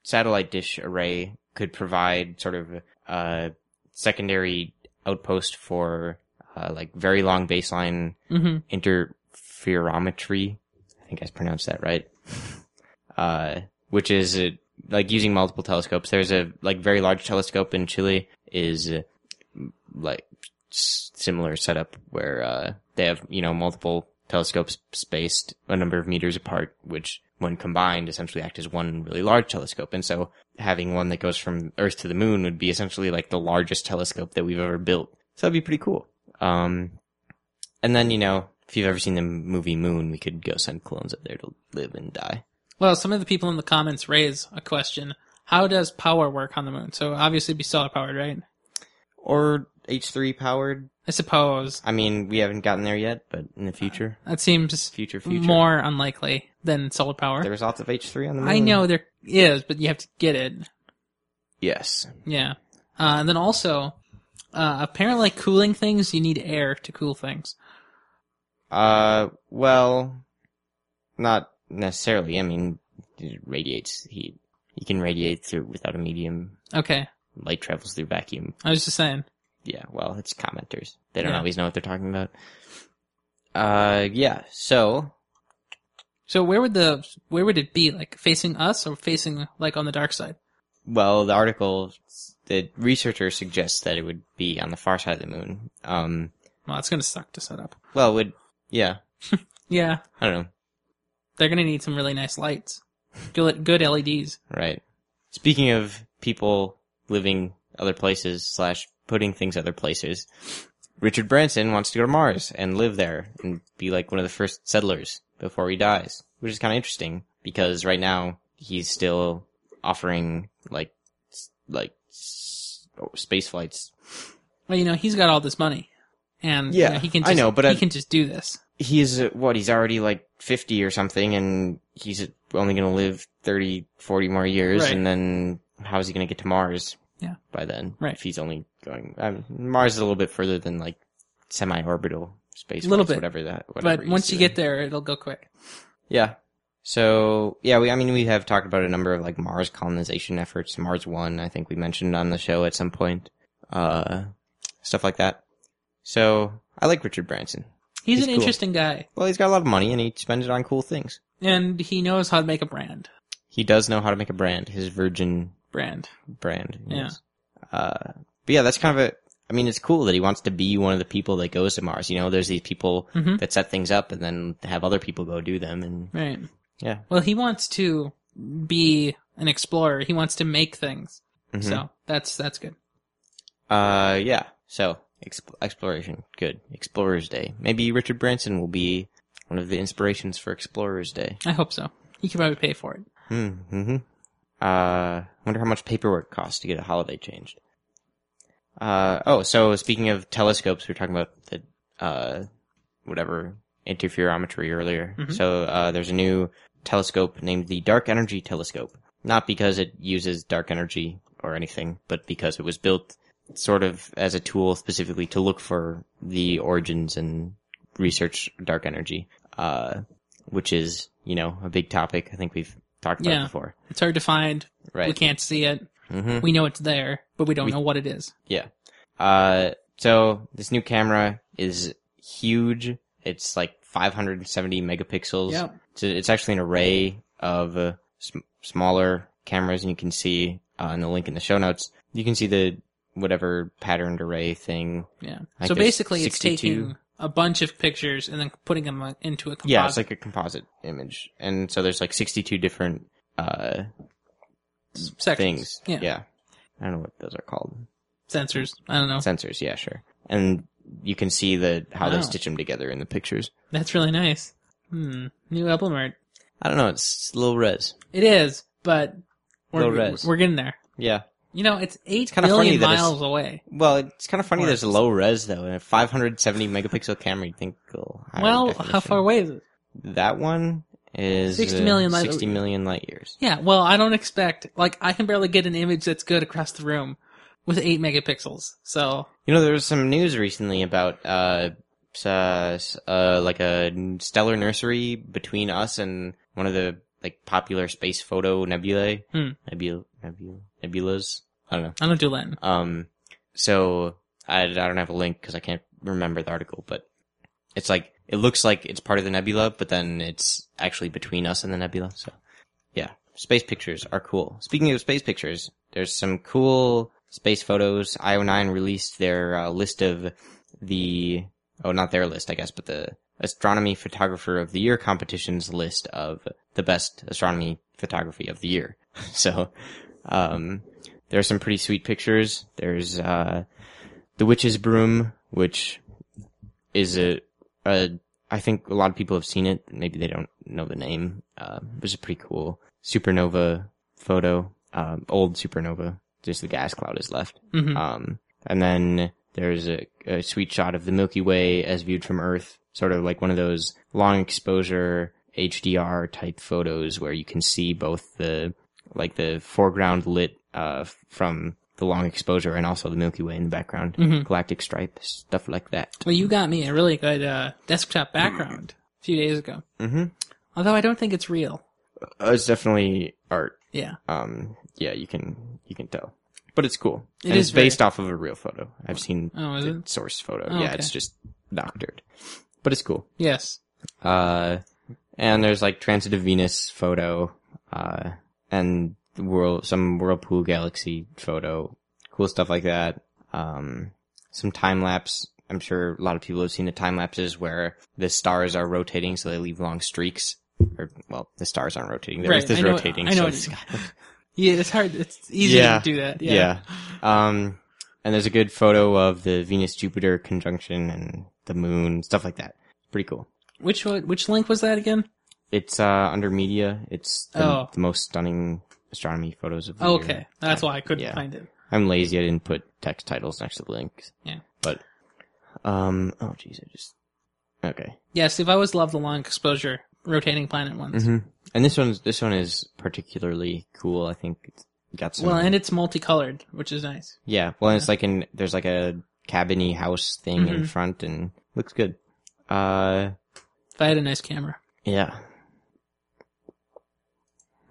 Speaker 2: satellite dish array could provide sort of a secondary outpost for uh, like very long baseline
Speaker 3: hmm
Speaker 2: interferometry. I think I pronounced that right. <laughs> Uh, which is uh, like using multiple telescopes. There's a like very large telescope in Chile is uh, m- like s- similar setup where uh, they have you know multiple telescopes spaced a number of meters apart, which when combined essentially act as one really large telescope. And so having one that goes from Earth to the moon would be essentially like the largest telescope that we've ever built. So that'd be pretty cool. Um, and then, you know, if you've ever seen the movie Moon, we could go send clones up there to live and die.
Speaker 3: Well, some of the people in the comments raise a question. How does power work on the moon? So obviously it'd be solar powered, right?
Speaker 2: Or H3 powered.
Speaker 3: I suppose.
Speaker 2: I mean, we haven't gotten there yet, but in the future,
Speaker 3: That seems
Speaker 2: future, future.
Speaker 3: more unlikely than solar power.
Speaker 2: There's lots of H3 on the moon.
Speaker 3: I know there is, but you have to get it.
Speaker 2: Yes.
Speaker 3: Yeah. Uh, and then also, uh, apparently like cooling things, you need air to cool things.
Speaker 2: Uh, well, not necessarily. I mean, it radiates heat. You can radiate through without a medium.
Speaker 3: Okay.
Speaker 2: Light travels through vacuum.
Speaker 3: I was just saying.
Speaker 2: Yeah, well, it's commenters. They don't
Speaker 3: Yeah.
Speaker 2: always know what they're talking about. Uh, yeah. So,
Speaker 3: So where would the, where would it be? Like facing us or facing like on the dark side?
Speaker 2: well, the article, the researcher suggests that it would be on the far side of the moon. Um,
Speaker 3: Well, it's going to suck to set up.
Speaker 2: well, it would yeah.
Speaker 3: Yeah.
Speaker 2: I don't know.
Speaker 3: They're going to need some really nice lights. Good, good E LEDs.
Speaker 2: Right. Speaking of people living other places slash putting things other places, Richard Branson wants to go to Mars and live there and be like one of the first settlers before he dies, which is kind of interesting because right now he's still offering like s- like s- oh, space flights.
Speaker 3: Well, you know, he's got all this money. And you
Speaker 2: Yeah,
Speaker 3: know, he can
Speaker 2: I
Speaker 3: just,
Speaker 2: know, but
Speaker 3: he
Speaker 2: I-
Speaker 3: can just do this.
Speaker 2: He's uh, what he's already like 50 or something and he's only going to live 30 40 more years
Speaker 3: Right.
Speaker 2: and then how is he going to get to Mars?
Speaker 3: Yeah.
Speaker 2: By then.
Speaker 3: Right.
Speaker 2: If he's only going um, Mars is a little bit further than like semi-orbital space
Speaker 3: Little
Speaker 2: flights,
Speaker 3: bit.
Speaker 2: whatever that whatever
Speaker 3: But
Speaker 2: he's
Speaker 3: once you
Speaker 2: doing.
Speaker 3: get there, it'll go quick.
Speaker 2: Yeah. So, yeah, we I mean we have talked about a number of like Mars colonization efforts, Mars 1, I think we mentioned on the show at some point. Uh stuff like that. So, I like Richard Branson.
Speaker 3: He's,
Speaker 2: He's
Speaker 3: an
Speaker 2: cool.
Speaker 3: interesting guy.
Speaker 2: Well, he's got a lot of money and he spends it on cool things.
Speaker 3: And he knows how to make a brand.
Speaker 2: He does know how to make a brand, his Virgin
Speaker 3: Brand.
Speaker 2: brand.
Speaker 3: Yeah.
Speaker 2: yes. Uh, but yeah, that's kind of a. I mean, it's cool that he wants to be one of the people that goes to Mars. You know, there's these people
Speaker 3: Mhm.
Speaker 2: that set things up and then have other people go do them, and
Speaker 3: Right.
Speaker 2: yeah.
Speaker 3: Well, he wants to be an explorer. He wants to make things.
Speaker 2: Mhm.
Speaker 3: So that's that's good.
Speaker 2: uh, yeah. So exp- exploration, good. Explorers Day. Maybe Richard Branson will be one of the inspirations for Explorers Day.
Speaker 3: I hope so. He could probably pay for it.
Speaker 2: Mm-hmm. Uh, wonder how much paperwork costs to get a holiday changed. Uh, oh, so speaking of telescopes, we were talking about the, uh, whatever, interferometry earlier.
Speaker 3: Mhm.
Speaker 2: So, uh, there's a new telescope named the Dark Energy Telescope. Not because it uses dark energy or anything, but because it was built sort of as a tool specifically to look for the origins and research dark energy, uh, which is, you know, a big topic. I think we've talked about
Speaker 3: Yeah.
Speaker 2: it before.
Speaker 3: It's hard to find.
Speaker 2: Right.
Speaker 3: We can't see it.
Speaker 2: hmm
Speaker 3: We know it's there, but we don't
Speaker 2: We-
Speaker 3: know what it is.
Speaker 2: Yeah. Uh, so this new camera is huge. It's like 570 megapixels.
Speaker 3: Yep.
Speaker 2: It's, it's actually an array of uh, sm- smaller cameras, and you can see uh, in the link in the show notes, you can see the whatever patterned array thing.
Speaker 3: Yeah.
Speaker 2: Like
Speaker 3: so
Speaker 2: there's
Speaker 3: basically, it's
Speaker 2: 62.
Speaker 3: taking a bunch of pictures and then putting them uh, into a composite.
Speaker 2: Yeah, it's like a composite image, and so there's like 62 different uh
Speaker 3: sections.
Speaker 2: things.
Speaker 3: Yeah.
Speaker 2: I don't know what those are called.
Speaker 3: Sensors. I don't know.
Speaker 2: Sensors. Yeah, sure. And you can see the how
Speaker 3: Wow.
Speaker 2: they stitch them together in the pictures.
Speaker 3: That's really nice. Hmm. New album art.
Speaker 2: I don't know. It's low res.
Speaker 3: It is, but
Speaker 2: Low
Speaker 3: we're,
Speaker 2: res.
Speaker 3: we're getting there.
Speaker 2: Yeah.
Speaker 3: You know, it's eight
Speaker 2: kinda funny
Speaker 3: billion
Speaker 2: that it's-
Speaker 3: miles away.
Speaker 2: Well, it's kind of funny.
Speaker 3: Or-
Speaker 2: There's a low res though, and a 570 megapixel camera. You'd think. Oh, higher
Speaker 3: Well, how
Speaker 2: definition.
Speaker 3: far away is it?
Speaker 2: That one is
Speaker 3: 60
Speaker 2: uh,
Speaker 3: million light- oh,
Speaker 2: 60 million light years.
Speaker 3: Yeah, well, I don't expect like I can barely get an image that's good across the room with eight megapixels. So
Speaker 2: You know, there was some news recently about uh, s- uh, s- uh, like a stellar nursery between us and one of the like popular space photo nebulae,
Speaker 3: Hmm.
Speaker 2: nebula, nebula, nebulas. I don't know.
Speaker 3: I don't do Latin.
Speaker 2: Um, so I, I don't have a link because I can't remember the article, but it's like it looks like it's part of the nebula, but then it's actually between us and the nebula. So yeah, space pictures are cool. Speaking of space pictures, there's some cool space photos. IO9 released their uh, list of the oh, not their list, I guess, but the Astronomy Photographer of the Year competition's list of the best astronomy photography of the year. <laughs> so, um, there are some pretty sweet pictures. There's, uh, The Witch's Broom, which is a, a, I think a lot of people have seen it. Maybe they don't know the name. Uh, it was a pretty cool supernova photo, um, old supernova. Just the gas cloud is left.
Speaker 3: Mhm.
Speaker 2: Um, and then there's a, a sweet shot of the Milky Way as viewed from Earth, sort of like one of those long exposure HDR type photos where you can see both the like the foreground lit uh, f- from the long exposure and also the Milky Way in the background,
Speaker 3: Mm-hmm.
Speaker 2: galactic stripe stuff like that.
Speaker 3: Well, you got me a really good uh, desktop background a few days ago.
Speaker 2: Mm-hmm.
Speaker 3: Although I don't think it's real.
Speaker 2: Uh, it's definitely art.
Speaker 3: Yeah.
Speaker 2: Um, yeah, you can you can tell, but it's cool.
Speaker 3: It
Speaker 2: and
Speaker 3: is
Speaker 2: it's based off of a real photo. I've seen
Speaker 3: Oh, is
Speaker 2: the
Speaker 3: it?
Speaker 2: source photo.
Speaker 3: Oh,
Speaker 2: yeah,
Speaker 3: okay.
Speaker 2: it's just doctored, but it's cool.
Speaker 3: Yes.
Speaker 2: Uh, and there's like transit of Venus photo, uh, and the whirl some whirlpool galaxy photo, cool stuff like that. Um, some time lapse. I'm sure a lot of people have seen the time lapses where the stars are rotating, so they leave long streaks. Or well, the stars aren't rotating; the
Speaker 3: Right,
Speaker 2: Earth is
Speaker 3: I know-
Speaker 2: rotating.
Speaker 3: I know
Speaker 2: so
Speaker 3: what
Speaker 2: it's
Speaker 3: you-
Speaker 2: got-
Speaker 3: <laughs> Yeah, it's hard. It's easy
Speaker 2: Yeah.
Speaker 3: to do that. Yeah.
Speaker 2: yeah. Um, and there's a good photo of the Venus Jupiter conjunction and the moon, stuff like that. Pretty cool.
Speaker 3: Which one, which link was that again?
Speaker 2: It's uh under media. It's the,
Speaker 3: Oh.
Speaker 2: the most stunning astronomy photos of the
Speaker 3: Oh,
Speaker 2: year.
Speaker 3: okay. That's why I couldn't
Speaker 2: Yeah.
Speaker 3: find it.
Speaker 2: I'm lazy. I didn't put text titles next to the links.
Speaker 3: Yeah.
Speaker 2: But um oh jeez, I just okay.
Speaker 3: Yes, I've always loved the long exposure rotating planet ones.
Speaker 2: hmm And this one's this one is particularly cool. I think it's got some.
Speaker 3: Well, and it's multicolored, which is nice.
Speaker 2: yeah. Well, and it's like in there's like a cabiny house thing in
Speaker 3: Mhm.
Speaker 2: front and looks good. Uh,
Speaker 3: If I had a nice camera.
Speaker 2: yeah.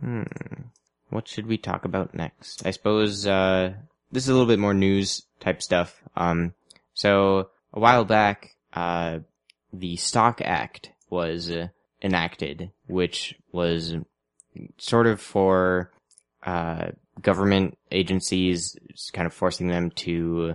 Speaker 2: Hmm. What should we talk about next? I suppose uh, this is a little bit more news type stuff. Um, so a while back, uh, the Stock Act was uh, enacted, which was sort of for uh, government agencies, it's kind of forcing them to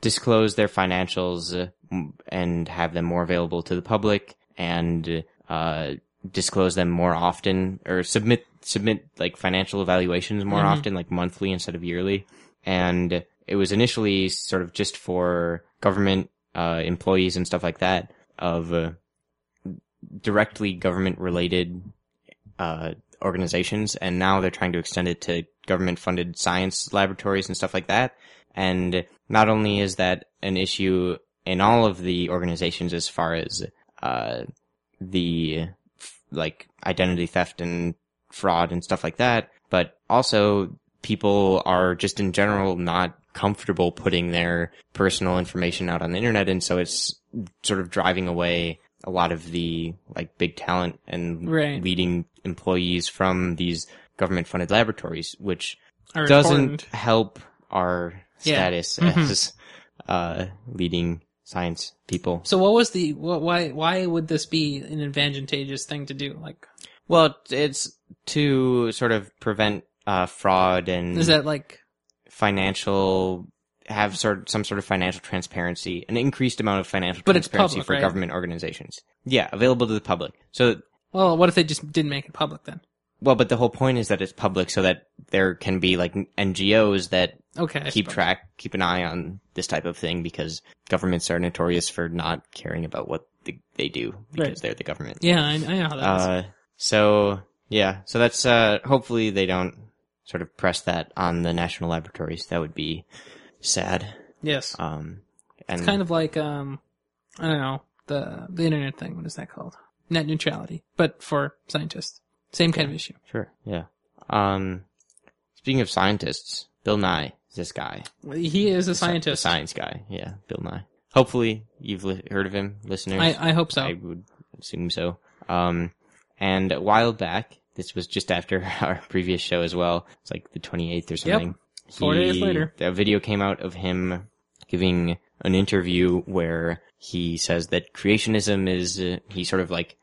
Speaker 2: disclose their financials uh, m- and have them more available to the public and uh, disclose them more often or submit submit like financial evaluations more
Speaker 3: Mhm.
Speaker 2: often, like monthly instead of yearly. And it was initially sort of just for government uh, employees and stuff like that of uh, directly government related uh, organizations, and now they're trying to extend it to government funded science laboratories and stuff like that. And not only is that an issue in all of the organizations as far as uh, the f- like identity theft and fraud and stuff like that, but also people are just in general not comfortable putting their personal information out on the internet, and so it's sort of driving away a lot of the like big talent and
Speaker 3: Right.
Speaker 2: leading employees from these government funded laboratories, which
Speaker 3: Are
Speaker 2: doesn't
Speaker 3: important.
Speaker 2: help our
Speaker 3: Yeah.
Speaker 2: status
Speaker 3: Mhm.
Speaker 2: as uh, leading science people.
Speaker 3: So what was the what, why why would this be an advantageous thing to do? Like
Speaker 2: Well, it's to sort of prevent uh, fraud and
Speaker 3: is that like
Speaker 2: financial have sort some sort of financial transparency, an increased amount of financial
Speaker 3: But it's
Speaker 2: transparency
Speaker 3: public,
Speaker 2: for
Speaker 3: right?
Speaker 2: government organizations. Yeah, available to the public. So
Speaker 3: well, what if they just didn't make it public then?
Speaker 2: well, but the whole point is that it's public so that there can be like NGOs that
Speaker 3: Okay. I
Speaker 2: keep
Speaker 3: suppose.
Speaker 2: track, keep an eye on this type of thing because governments are notorious for not caring about what the, they do because
Speaker 3: Right.
Speaker 2: they're the government.
Speaker 3: Yeah, I, I know how that is.
Speaker 2: Uh, so yeah, so that's uh, hopefully they don't sort of press that on the national laboratories. That would be sad.
Speaker 3: Yes.
Speaker 2: Um, and
Speaker 3: It's kind of like um I don't know, the the internet thing, what is that called? Net neutrality, but for scientists. Same kind of issue.
Speaker 2: sure, yeah. Um, speaking of scientists, Bill Nye is this guy,
Speaker 3: He is a
Speaker 2: The sci- the
Speaker 3: scientist.
Speaker 2: science guy. Yeah, Bill Nye. Hopefully you've li- heard of him, listeners.
Speaker 3: I, I hope so.
Speaker 2: I would assume so. Um, and a while back, this was just after <laughs> our previous show as well. It's like the 28th or something.
Speaker 3: Four days later.
Speaker 2: A video came out of him giving an interview where he says that creationism is, uh, he sort of like,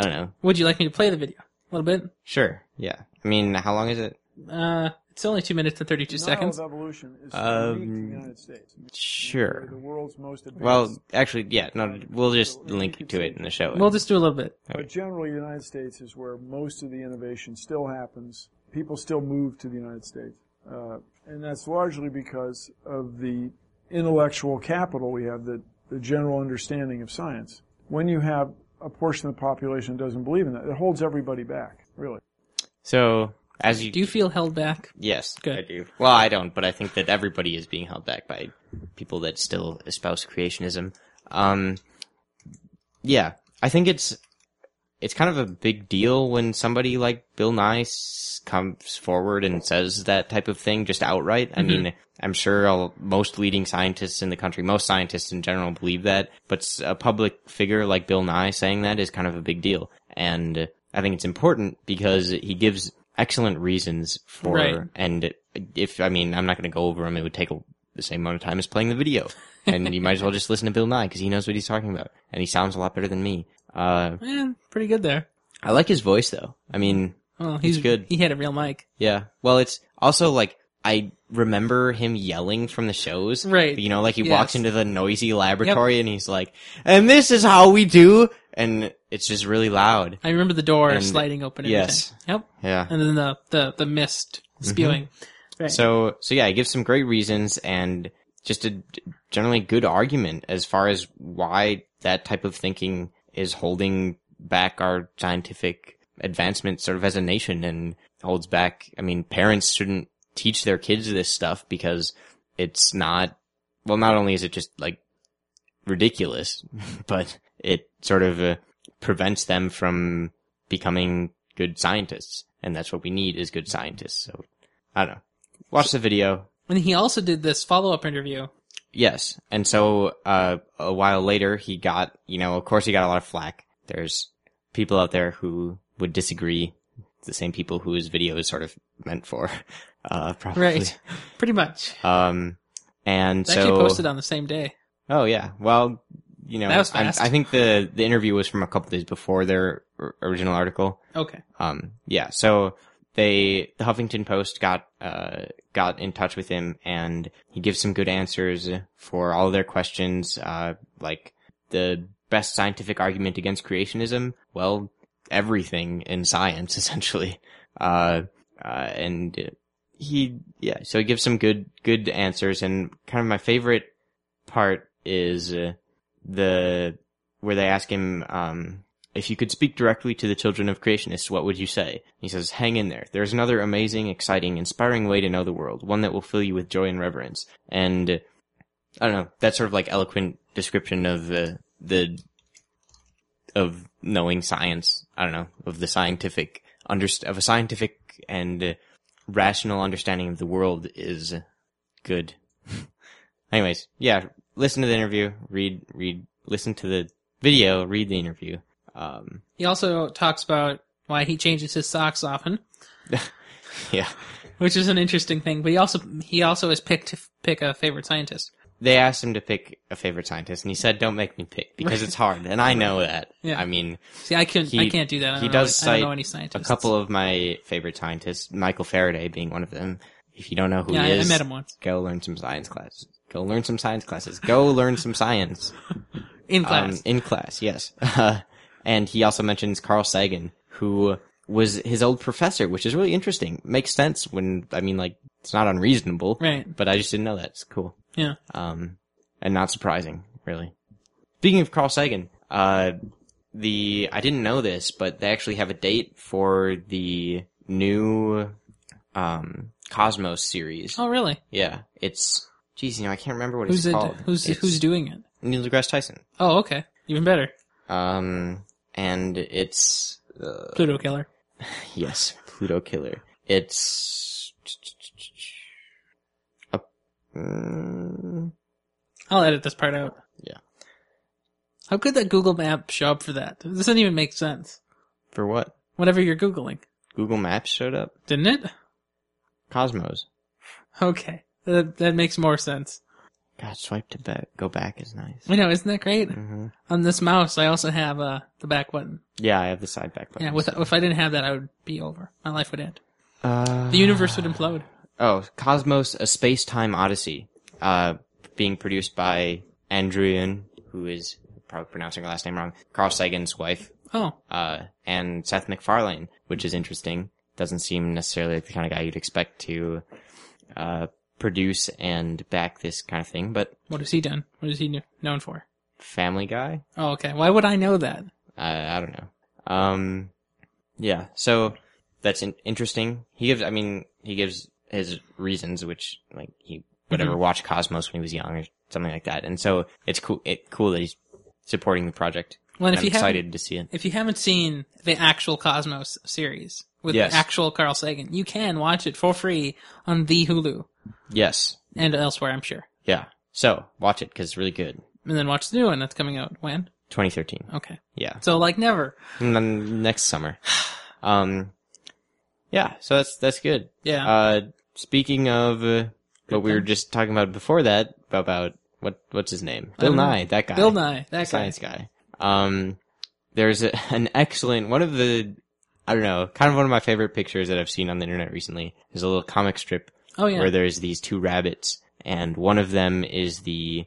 Speaker 2: I don't know.
Speaker 3: Would you like me to play the video? A little bit?
Speaker 2: Sure. Yeah. I mean, how long is it?
Speaker 3: Uh, It's only two minutes and thirty-two seconds.
Speaker 4: Nile's evolution is
Speaker 2: Um,
Speaker 4: unique to the United States. They're
Speaker 2: Sure.
Speaker 4: The world's most advanced.
Speaker 2: Well, actually, yeah. No, we'll just link to it in the show.
Speaker 3: We'll just do a little bit.
Speaker 4: but generally, the United States is where most of the innovation still happens. People still move to the United States, uh, and that's largely because of the intellectual capital we have, the, the general understanding of science. When you have a portion of the population that doesn't believe in that, it holds everybody back, really.
Speaker 2: so as you
Speaker 3: Do you feel held back?
Speaker 2: Yes,
Speaker 3: Good.
Speaker 2: I do. Well, I don't, but I think that everybody is being held back by people that still espouse creationism. Um, yeah, I think it's it's kind of a big deal when somebody like Bill Nye s- comes forward and says that type of thing just outright. I mean, I'm sure all, most leading scientists in the country, most scientists in general, believe that, but s- a public figure like Bill Nye saying that is kind of a big deal, and I think it's important because he gives excellent reasons for,
Speaker 3: Right.
Speaker 2: and if I mean, I'm not going to go over them; it would take a, the same amount of time as playing the video, and you might as well just listen to Bill Nye because he knows what he's talking about, and he sounds a lot better than me. Uh,
Speaker 3: Eh, pretty good there.
Speaker 2: I like his voice though. I mean,
Speaker 3: Well, he's
Speaker 2: It's good.
Speaker 3: He had a real mic.
Speaker 2: yeah. Well, it's also like I remember him yelling from the shows.
Speaker 3: Right.
Speaker 2: You know, like he
Speaker 3: Yes.
Speaker 2: walks into the noisy laboratory and he's like, "And this is how we do," and it's just really loud.
Speaker 3: I remember the door
Speaker 2: And-
Speaker 3: sliding open. Every
Speaker 2: yes.
Speaker 3: Time.
Speaker 2: Yeah.
Speaker 3: Yep. And then the the, the mist spewing. Right.
Speaker 2: So, so yeah, it gives some great reasons and just a generally good argument as far as why that type of thinking is holding back our scientific advancement sort of as a nation and holds back. I mean, parents shouldn't teach their kids this stuff because it's not, well, not only is it just like ridiculous, <laughs> but it sort of uh, prevents them from becoming good scientists. And that's what we need is good scientists. So I don't know. Watch the video.
Speaker 3: and he also did this follow up interview.
Speaker 2: Yes. And so, uh, a while later, he got, you know, of course he got a lot of flack. There's people out there who would disagree. It's the same people whose video is sort of meant for, <laughs> uh, probably.
Speaker 3: Right. Pretty much.
Speaker 2: Um, and
Speaker 3: It's
Speaker 2: so.
Speaker 3: actually posted on the same day.
Speaker 2: Oh yeah. Well, you know,
Speaker 3: That was
Speaker 2: I'm-
Speaker 3: fast.
Speaker 2: I think the the interview was from a couple days before their or- original article.
Speaker 3: Okay.
Speaker 2: Um, yeah. So they the Huffington Post got uh got in touch with him, and he gives some good answers for all their questions. Uh, like the best scientific argument against creationism. Well, everything in science <laughs> essentially. Uh, uh, and he yeah. So he gives some good good answers, and kind of my favorite part is uh, the where they ask him um, if you could speak directly to the children of creationists, what would you say? He says, "Hang in there. There's another amazing, exciting, inspiring way to know the world, one that will fill you with joy and reverence." And uh, I don't know. That's sort of like eloquent description of uh, the of knowing science. I don't know of the scientific underst- of a scientific and uh, rational understanding of the world is good. <laughs> Anyways, yeah, listen to the interview, read, read, listen to the video, read the interview. Um, <laughs>
Speaker 3: He also talks about why he changes his socks often,
Speaker 2: yeah.
Speaker 3: which is an interesting thing. But he also he also is picked to f- pick a favorite scientist.
Speaker 2: They asked him to pick a favorite scientist, and he said, "Don't make me pick because it's hard." And I know that.
Speaker 3: <laughs> Yeah.
Speaker 2: I mean,
Speaker 3: See, I can't I
Speaker 2: He-
Speaker 3: can't do that. I don't
Speaker 2: he
Speaker 3: know,
Speaker 2: does
Speaker 3: I don't
Speaker 2: cite
Speaker 3: know any scientists.
Speaker 2: a couple of my favorite scientists, Michael Faraday being one of them. If you don't know who
Speaker 3: Yeah,
Speaker 2: he
Speaker 3: I, I
Speaker 2: is,
Speaker 3: met him once
Speaker 2: go learn some science classes. Go learn some science classes. Go learn some
Speaker 3: <laughs>
Speaker 2: science.
Speaker 3: in class.
Speaker 2: Um, in class, yes. <laughs> and he also mentions Carl Sagan, who was his old professor, which is really interesting. Makes sense when, I mean, like, it's not unreasonable.
Speaker 3: right.
Speaker 2: But I just didn't know that. It's cool.
Speaker 3: Yeah.
Speaker 2: Um, and not surprising, really. Speaking of Carl Sagan, uh, the, I didn't know this, but they actually have a date for the new, um, Cosmos series.
Speaker 3: Oh, really?
Speaker 2: Yeah. It's, geez, you know, I can't remember what it's
Speaker 3: Who's it?
Speaker 2: called.
Speaker 3: Who's
Speaker 2: It's
Speaker 3: who's doing it?
Speaker 2: Neil deGrasse Tyson.
Speaker 3: Oh, okay. Even better.
Speaker 2: Um, and it's uh,
Speaker 3: Pluto killer.
Speaker 2: yes, Pluto Killer. It's a, mm,
Speaker 3: I'll edit this part out.
Speaker 2: Yeah.
Speaker 3: How could that Google map show up for that? This doesn't even make sense.
Speaker 2: for what?
Speaker 3: Whatever you're Googling,
Speaker 2: Google Maps showed up.
Speaker 3: didn't it?
Speaker 2: Cosmos.
Speaker 3: Okay. That, that makes more sense.
Speaker 2: God, swipe to back. Go back is nice.
Speaker 3: I know, isn't that great?
Speaker 2: hmm
Speaker 3: On this mouse, I also have uh, the back button.
Speaker 2: Yeah, I have the side back button.
Speaker 3: Yeah, with, if I didn't have that, I would be over. My life would end.
Speaker 2: uh,
Speaker 3: The universe would implode.
Speaker 2: Oh, Cosmos: A Space Time Odyssey, uh, being produced by Andrian, who is probably pronouncing her last name wrong, Carl Sagan's wife,
Speaker 3: Oh,
Speaker 2: uh, and Seth MacFarlane, which is interesting. Doesn't seem necessarily like the kind of guy you'd expect to uh, produce and back this kind of thing, but
Speaker 3: what has he done? What is he kn- known for?
Speaker 2: Family Guy.
Speaker 3: Oh, okay. Why would I know that?
Speaker 2: I I don't know. Um, yeah, so that's in- interesting. He gives, I mean, he gives his reasons, which like he whatever
Speaker 3: Mm-hmm.
Speaker 2: watched Cosmos when he was young or something like that, and so it's cool. It cool that he's supporting the project.
Speaker 3: Well, and if
Speaker 2: I'm
Speaker 3: you haven't-
Speaker 2: excited to see it.
Speaker 3: If you haven't seen the actual Cosmos series with
Speaker 2: Yes.
Speaker 3: the actual Carl Sagan, you can watch it for free on the Hulu
Speaker 2: Yes,
Speaker 3: and elsewhere, I'm sure.
Speaker 2: yeah. So watch it because it's really good.
Speaker 3: And then watch the new one that's coming out when?
Speaker 2: 2013.
Speaker 3: Okay.
Speaker 2: Yeah,
Speaker 3: So like never.
Speaker 2: and then next summer. <sighs> Um, yeah. So that's that's good.
Speaker 3: Yeah.
Speaker 2: Uh, speaking of uh, what we were
Speaker 3: thing.
Speaker 2: just talking about before that, about what what's his name? Bill
Speaker 3: don't know.
Speaker 2: Nye, that guy.
Speaker 3: Bill Nye, that guy.
Speaker 2: Uh, science guy. Um, there's a, an excellent one of the I don't know, kind of one of my favorite pictures that I've seen on the internet recently is a little comic strip
Speaker 3: Oh yeah.
Speaker 2: where there's these two rabbits, and one of them is the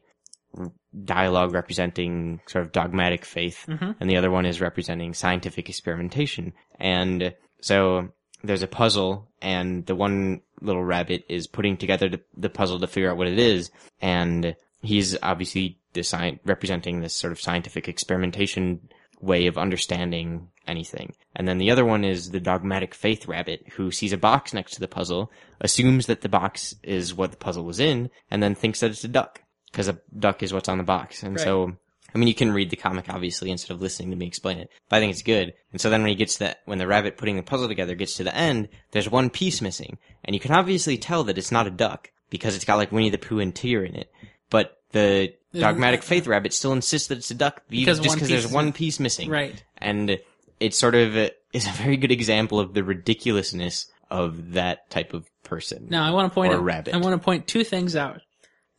Speaker 2: r- dialogue representing sort of dogmatic faith,
Speaker 3: Mhm.
Speaker 2: and the other one is representing scientific experimentation. And so there's a puzzle, and the one little rabbit is putting together the, the puzzle to figure out what it is, and he's obviously the sci- representing this sort of scientific experimentation way of understanding anything. And then the other one is the dogmatic faith rabbit who sees a box next to the puzzle, assumes that the box is what the puzzle was in, and then thinks that it's a duck because a duck is what's on the box. And so, I mean, you can read the comic obviously instead of listening to me explain it, but I think it's good. And so then when he gets to that, when the rabbit putting the puzzle together gets to the end, there's one piece missing, and you can obviously tell that it's not a duck because it's got like Winnie the Pooh and Tear in it, but the dogmatic faith rabbit still insists that it's a duck
Speaker 3: Because
Speaker 2: just
Speaker 3: one
Speaker 2: because
Speaker 3: piece
Speaker 2: there's
Speaker 3: is
Speaker 2: one piece missing
Speaker 3: right.
Speaker 2: and it sort of <laughs> is a very good example of the ridiculousness of that type of person.
Speaker 3: Now I want to point
Speaker 2: Or
Speaker 3: out,
Speaker 2: rabbit.
Speaker 3: I want to point two things out.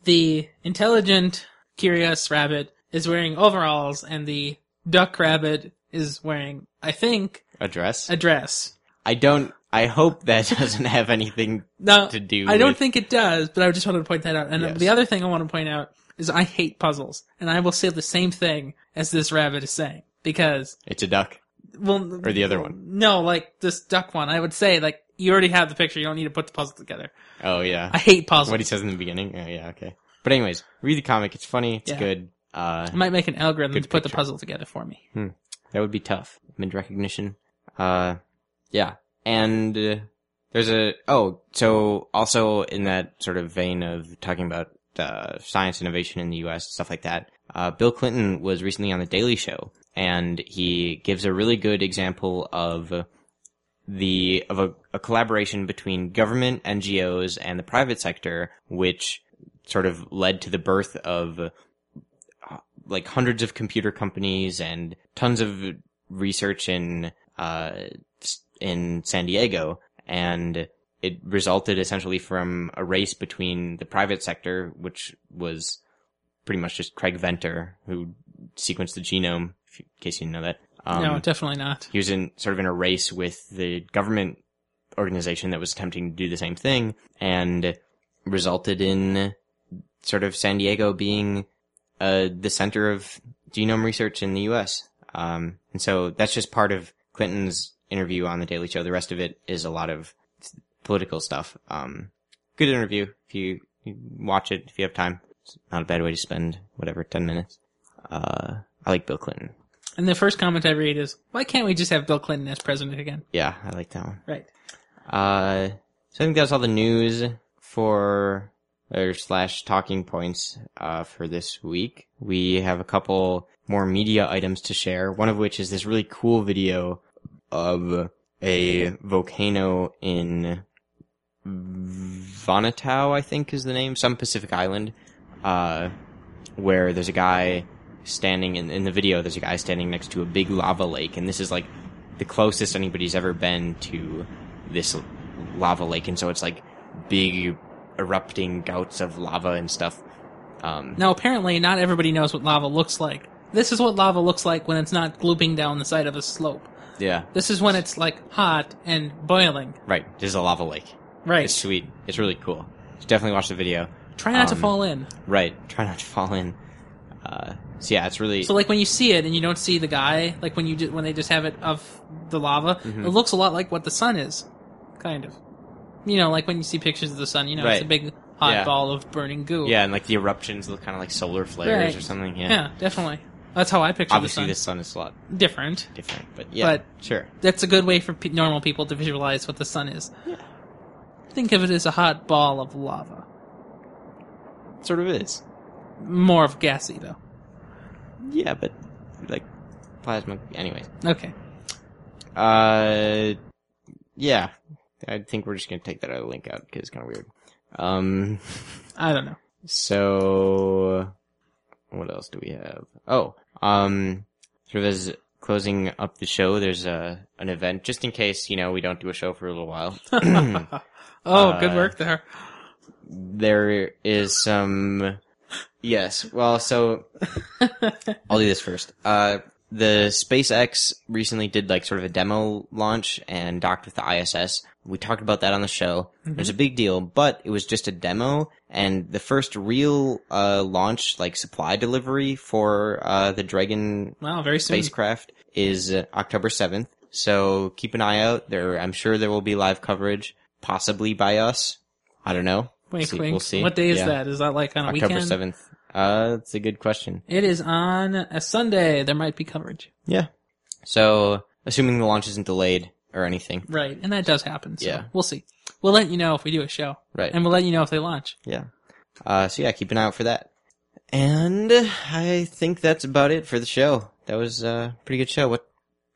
Speaker 3: The intelligent, curious rabbit is wearing overalls, and the duck rabbit is wearing, I think,
Speaker 2: address.
Speaker 3: a dress.
Speaker 2: I don't. I hope that <laughs> doesn't have anything.
Speaker 3: No,
Speaker 2: To do
Speaker 3: I don't
Speaker 2: with-
Speaker 3: think it does, but I just wanted to point that out. And
Speaker 2: Yes.
Speaker 3: the other thing I want to point out is I hate puzzles, and I will say the same thing as this rabbit is saying because
Speaker 2: It's a duck.
Speaker 3: well,
Speaker 2: Or the other one.
Speaker 3: No, like this duck one. I would say like you already have the picture. You don't need to put the puzzle together.
Speaker 2: Oh yeah.
Speaker 3: I hate puzzles.
Speaker 2: what he says in the beginning. Oh yeah. Okay. But anyways, read the comic. It's funny. It's
Speaker 3: Yeah.
Speaker 2: good. Uh,
Speaker 3: I might make an algorithm
Speaker 2: Good
Speaker 3: to put the
Speaker 2: picture.
Speaker 3: puzzle together for me.
Speaker 2: that would be tough. Mid recognition. Uh, yeah. And uh, there's a oh so also in that sort of vein of talking about uh, science innovation in the U.S. stuff like that. Uh, Bill Clinton was recently on the Daily Show, and he gives a really good example of the of a, a collaboration between government, NGOs, and the private sector, which sort of led to the birth of uh, like hundreds of computer companies and tons of research in uh, s- in San Diego, and it resulted essentially from a race between the private sector, which was pretty much just Craig Venter, who sequenced the genome, if you- in case you didn't know that. Um,
Speaker 3: no, definitely not.
Speaker 2: he was in sort of in a race with the government organization that was attempting to do the same thing and resulted in sort of San Diego being uh, the center of genome research in the US. Um, and so that's just part of Clinton's interview on The Daily Show. The rest of it is a lot of political stuff. Um, good interview if you, you watch it, if you have time. It's not a bad way to spend whatever, 10 minutes. Uh, I like Bill Clinton.
Speaker 3: And the first comment I read is, "Why can't we just have Bill Clinton as president again?"
Speaker 2: Yeah, I like that one.
Speaker 3: Right.
Speaker 2: Uh, so I think that's all the news for or slash talking points uh, for this week. We have a couple more media items to share. One of which is this really cool video of a volcano in Vanatau, I think is the name, some Pacific island, uh, where there's a guy standing in, in the video. There's a guy standing next to a big lava lake, and this is like the closest anybody's ever been to this l- lava lake, and so it's like big erupting gouts of lava and stuff. Um,
Speaker 3: Now, apparently, not everybody knows what lava looks like. This is what lava looks like when it's not glooping down the side of a slope.
Speaker 2: Yeah,
Speaker 3: This is when it's like hot and boiling.
Speaker 2: right. This is a lava lake.
Speaker 3: Right.
Speaker 2: It's sweet. It's really cool. So definitely watch the video.
Speaker 3: Try not to
Speaker 2: um,
Speaker 3: fall in.
Speaker 2: Right. Try not to fall in. Uh, so yeah, it's really
Speaker 3: So like when you see it and you don't see the guy, like when you ju- when they just have it of the lava,
Speaker 2: Mhm.
Speaker 3: it looks a lot like what the sun is, kind of. You know, like when you see pictures of the sun, you know it's
Speaker 2: Right.
Speaker 3: a big hot
Speaker 2: Yeah.
Speaker 3: ball of burning goo.
Speaker 2: yeah, and like the eruptions look kind of like solar flares
Speaker 3: Right.
Speaker 2: or something.
Speaker 3: yeah,
Speaker 2: Yeah.
Speaker 3: definitely. That's how I picture
Speaker 2: Obviously,
Speaker 3: the
Speaker 2: the
Speaker 3: sun.
Speaker 2: sun is a lot
Speaker 3: Different.
Speaker 2: different, but yeah, sure.
Speaker 3: That's a good way for pe- normal people to visualize what the sun is. Think of it as a hot ball of lava,
Speaker 2: Sort of is.
Speaker 3: more of gassy though.
Speaker 2: Yeah, but like plasma. Anyways,
Speaker 3: Okay,
Speaker 2: uh, yeah, I think we're just gonna take that other link out because it's kind of weird. Um,
Speaker 3: I don't know.
Speaker 2: so what else do we have? Oh, um, sort of as closing up the show, there's a an event just in case you know we don't do a show for a little while.
Speaker 3: Oh, good
Speaker 2: Uh,
Speaker 3: work there.
Speaker 2: there is some yes well so i'll do this first uh the spacex recently did like sort of a demo launch and docked with the iss we talked about that on the show it was a big deal but it was just a demo and the first real uh launch like supply delivery for uh the dragon
Speaker 3: Wow, very soon.
Speaker 2: spacecraft is uh, October 7th. So keep an eye out. There, I'm sure there will be live coverage, possibly by us. I don't know.
Speaker 3: Wink,
Speaker 2: See-
Speaker 3: wink.
Speaker 2: We'll see.
Speaker 3: What day is
Speaker 2: Yeah.
Speaker 3: that? Is that like on a
Speaker 2: October
Speaker 3: weekend?
Speaker 2: 7th. Uh, it's a good question.
Speaker 3: It is on a Sunday. There might be coverage.
Speaker 2: Yeah. So, assuming the launch isn't delayed or anything.
Speaker 3: Right. And that does happen. So
Speaker 2: Yeah.
Speaker 3: We'll see. We'll let you know if we do a show.
Speaker 2: Right.
Speaker 3: And we'll let you know if they launch.
Speaker 2: Yeah. Uh, so yeah, keep an eye out for that. And I think that's about it for the show. That was uh, a pretty good show. What,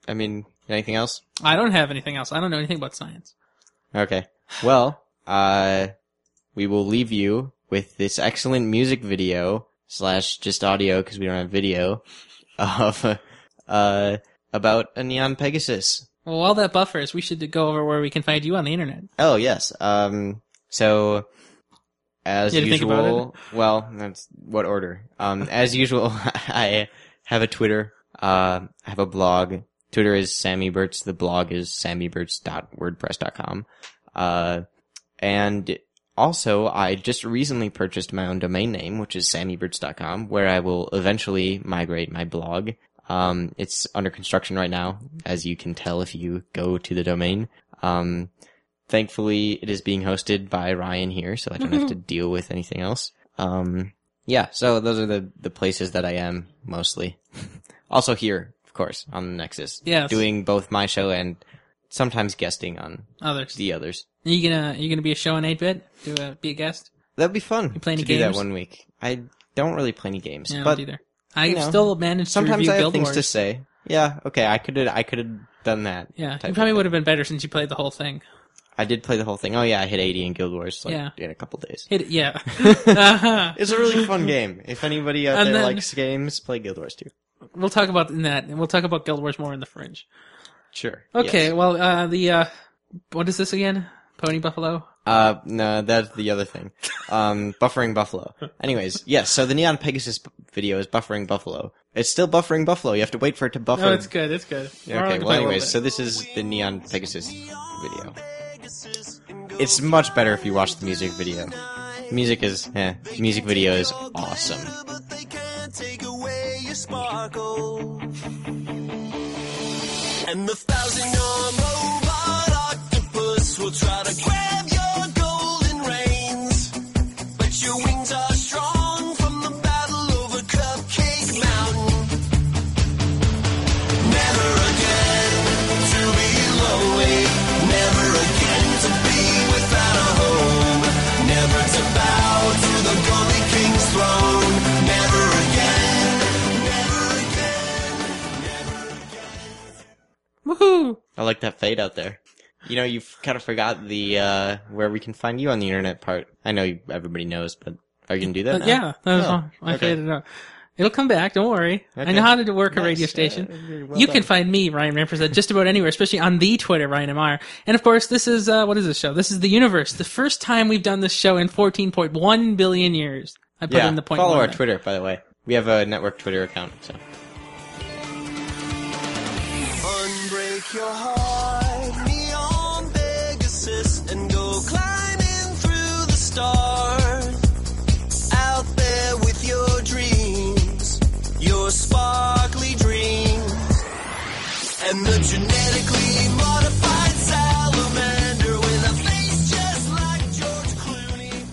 Speaker 2: I mean, anything else?
Speaker 3: I don't have anything else. I don't know anything about science.
Speaker 2: Okay. Well, uh, we will leave you with this excellent music video slash just audio because we don't have video <laughs> of uh about a neon Pegasus.
Speaker 3: Well, while that buffers, we should go over where we can find you on the internet.
Speaker 2: Oh yes. Um. So as
Speaker 3: You had to think about
Speaker 2: usual, well, that's what order. Um. as usual, <laughs> I have a Twitter. Uh, I have a blog. Twitter is Sammy Burtz. The blog is sammyburtz.wordpress.com. Uh, and also, I just recently purchased my own domain name, which is sammyburtz.com, where I will eventually migrate my blog. Um, it's under construction right now, as you can tell if you go to the domain. Um, thankfully, it is being hosted by Ryan here, so I don't have to
Speaker 3: Mm-hmm.
Speaker 2: deal with anything else. Um, yeah, so those are the, the places that I am mostly. <laughs> also here, of course, on the Nexus.
Speaker 3: Yes.
Speaker 2: Doing both my show and sometimes guesting on
Speaker 3: Others.
Speaker 2: the others.
Speaker 3: Are you gonna are you gonna be a show on 8-bit? Do a, be a guest?
Speaker 2: That'd be fun.
Speaker 3: play any
Speaker 2: to do that
Speaker 3: games?
Speaker 2: one week. I don't really play any games,
Speaker 3: Yeah, I
Speaker 2: but
Speaker 3: don't either. I
Speaker 2: you know,
Speaker 3: still managed to
Speaker 2: sometimes
Speaker 3: review
Speaker 2: I have
Speaker 3: Guild
Speaker 2: things
Speaker 3: Wars.
Speaker 2: to say. Yeah, okay, I could I could have done that.
Speaker 3: yeah,
Speaker 2: type
Speaker 3: you
Speaker 2: of
Speaker 3: probably
Speaker 2: thing.
Speaker 3: would have been better since you played the whole thing.
Speaker 2: I did play the whole thing. Oh yeah, I hit 80 in Guild Wars like
Speaker 3: Yeah.
Speaker 2: in a couple days.
Speaker 3: Hit it, yeah.
Speaker 2: <laughs>
Speaker 3: uh-huh.
Speaker 2: It's a really fun game. If anybody out
Speaker 3: And
Speaker 2: there
Speaker 3: then-
Speaker 2: likes games, play Guild Wars too.
Speaker 3: <laughs> We'll talk about in that, and we'll talk about Guild Wars more in the fringe.
Speaker 2: Sure.
Speaker 3: Okay,
Speaker 2: yes.
Speaker 3: well, uh, the, uh, what is this again? Pony Buffalo?
Speaker 2: Uh, no, that's the other thing. Um, buffering buffalo. Anyways, yes. So the Neon Pegasus b- video is buffering buffalo. It's still buffering buffalo. You have to wait for it to buffer.
Speaker 3: No, it's good, it's good. We're
Speaker 2: Okay, well,
Speaker 3: on by a little
Speaker 2: anyways,
Speaker 3: bit.
Speaker 2: so this is the Neon Pegasus video. It's much better if you watch the music video. Music is, eh, music video is awesome.
Speaker 5: But they can't take away your sparkle. And the thousand arm robot octopus will try to grab your golden reins. But your wings are strong from the battle over Cupcake Mountain. Never again to be lonely. Never again to be without a home. Never to bow to the gully king's throne. Never again. Never again.
Speaker 3: Woohoo!
Speaker 2: I like that fade out there. You know, you've kind of forgot the, uh, where we can find you on the internet part. I know you- everybody knows, but are you gonna do that? now?
Speaker 3: But yeah, that was
Speaker 2: Oh,
Speaker 3: all. I
Speaker 2: okay.
Speaker 3: figured it out. It'll come back, don't worry. I
Speaker 2: Okay.
Speaker 3: know how to work a radio
Speaker 2: Nice,
Speaker 3: station.
Speaker 2: yeah, you're well
Speaker 3: you
Speaker 2: done.
Speaker 3: can find me, Ryan Rampers, at just about anywhere, especially on the Twitter, Ryan MR. And of course, this is, uh, what is this show? This is The Universe, the first time we've done this show in 14.1 billion years. I put
Speaker 2: Yeah,
Speaker 3: in the point.
Speaker 2: follow
Speaker 3: one
Speaker 2: our
Speaker 3: there.
Speaker 2: Twitter, by the way. We have a network Twitter account, so.
Speaker 5: Unbreak your heart, neon Pegasus, and go climb and the genetically modified salamander with a face just like George Clooney.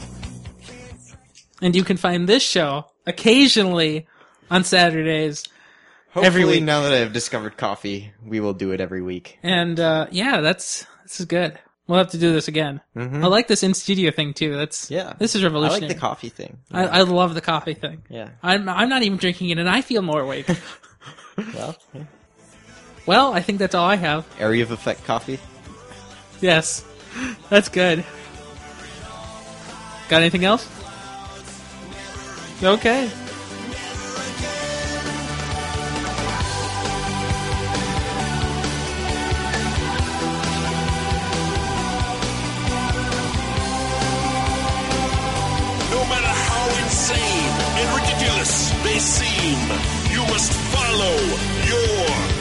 Speaker 3: And you can find this show occasionally on Saturdays.
Speaker 2: Hopefully,
Speaker 3: Every week.
Speaker 2: now that I've discovered coffee, we will do it every week.
Speaker 3: And uh, yeah, that's this is good. We'll have to do this again. I like this in studio thing too. That's
Speaker 2: Mm-hmm. Yeah.
Speaker 3: This is
Speaker 2: I like
Speaker 3: revolutionary.
Speaker 2: the coffee thing.
Speaker 3: I, I love the coffee thing.
Speaker 2: Yeah.
Speaker 3: I'm I'm not even drinking it, and I feel more awake. <laughs>
Speaker 2: Well, yeah.
Speaker 3: well, I think that's all I have.
Speaker 2: area of effect coffee.
Speaker 3: Yes, that's good. Got anything else? Okay.
Speaker 5: No matter how insane and ridiculous they seem, you must follow your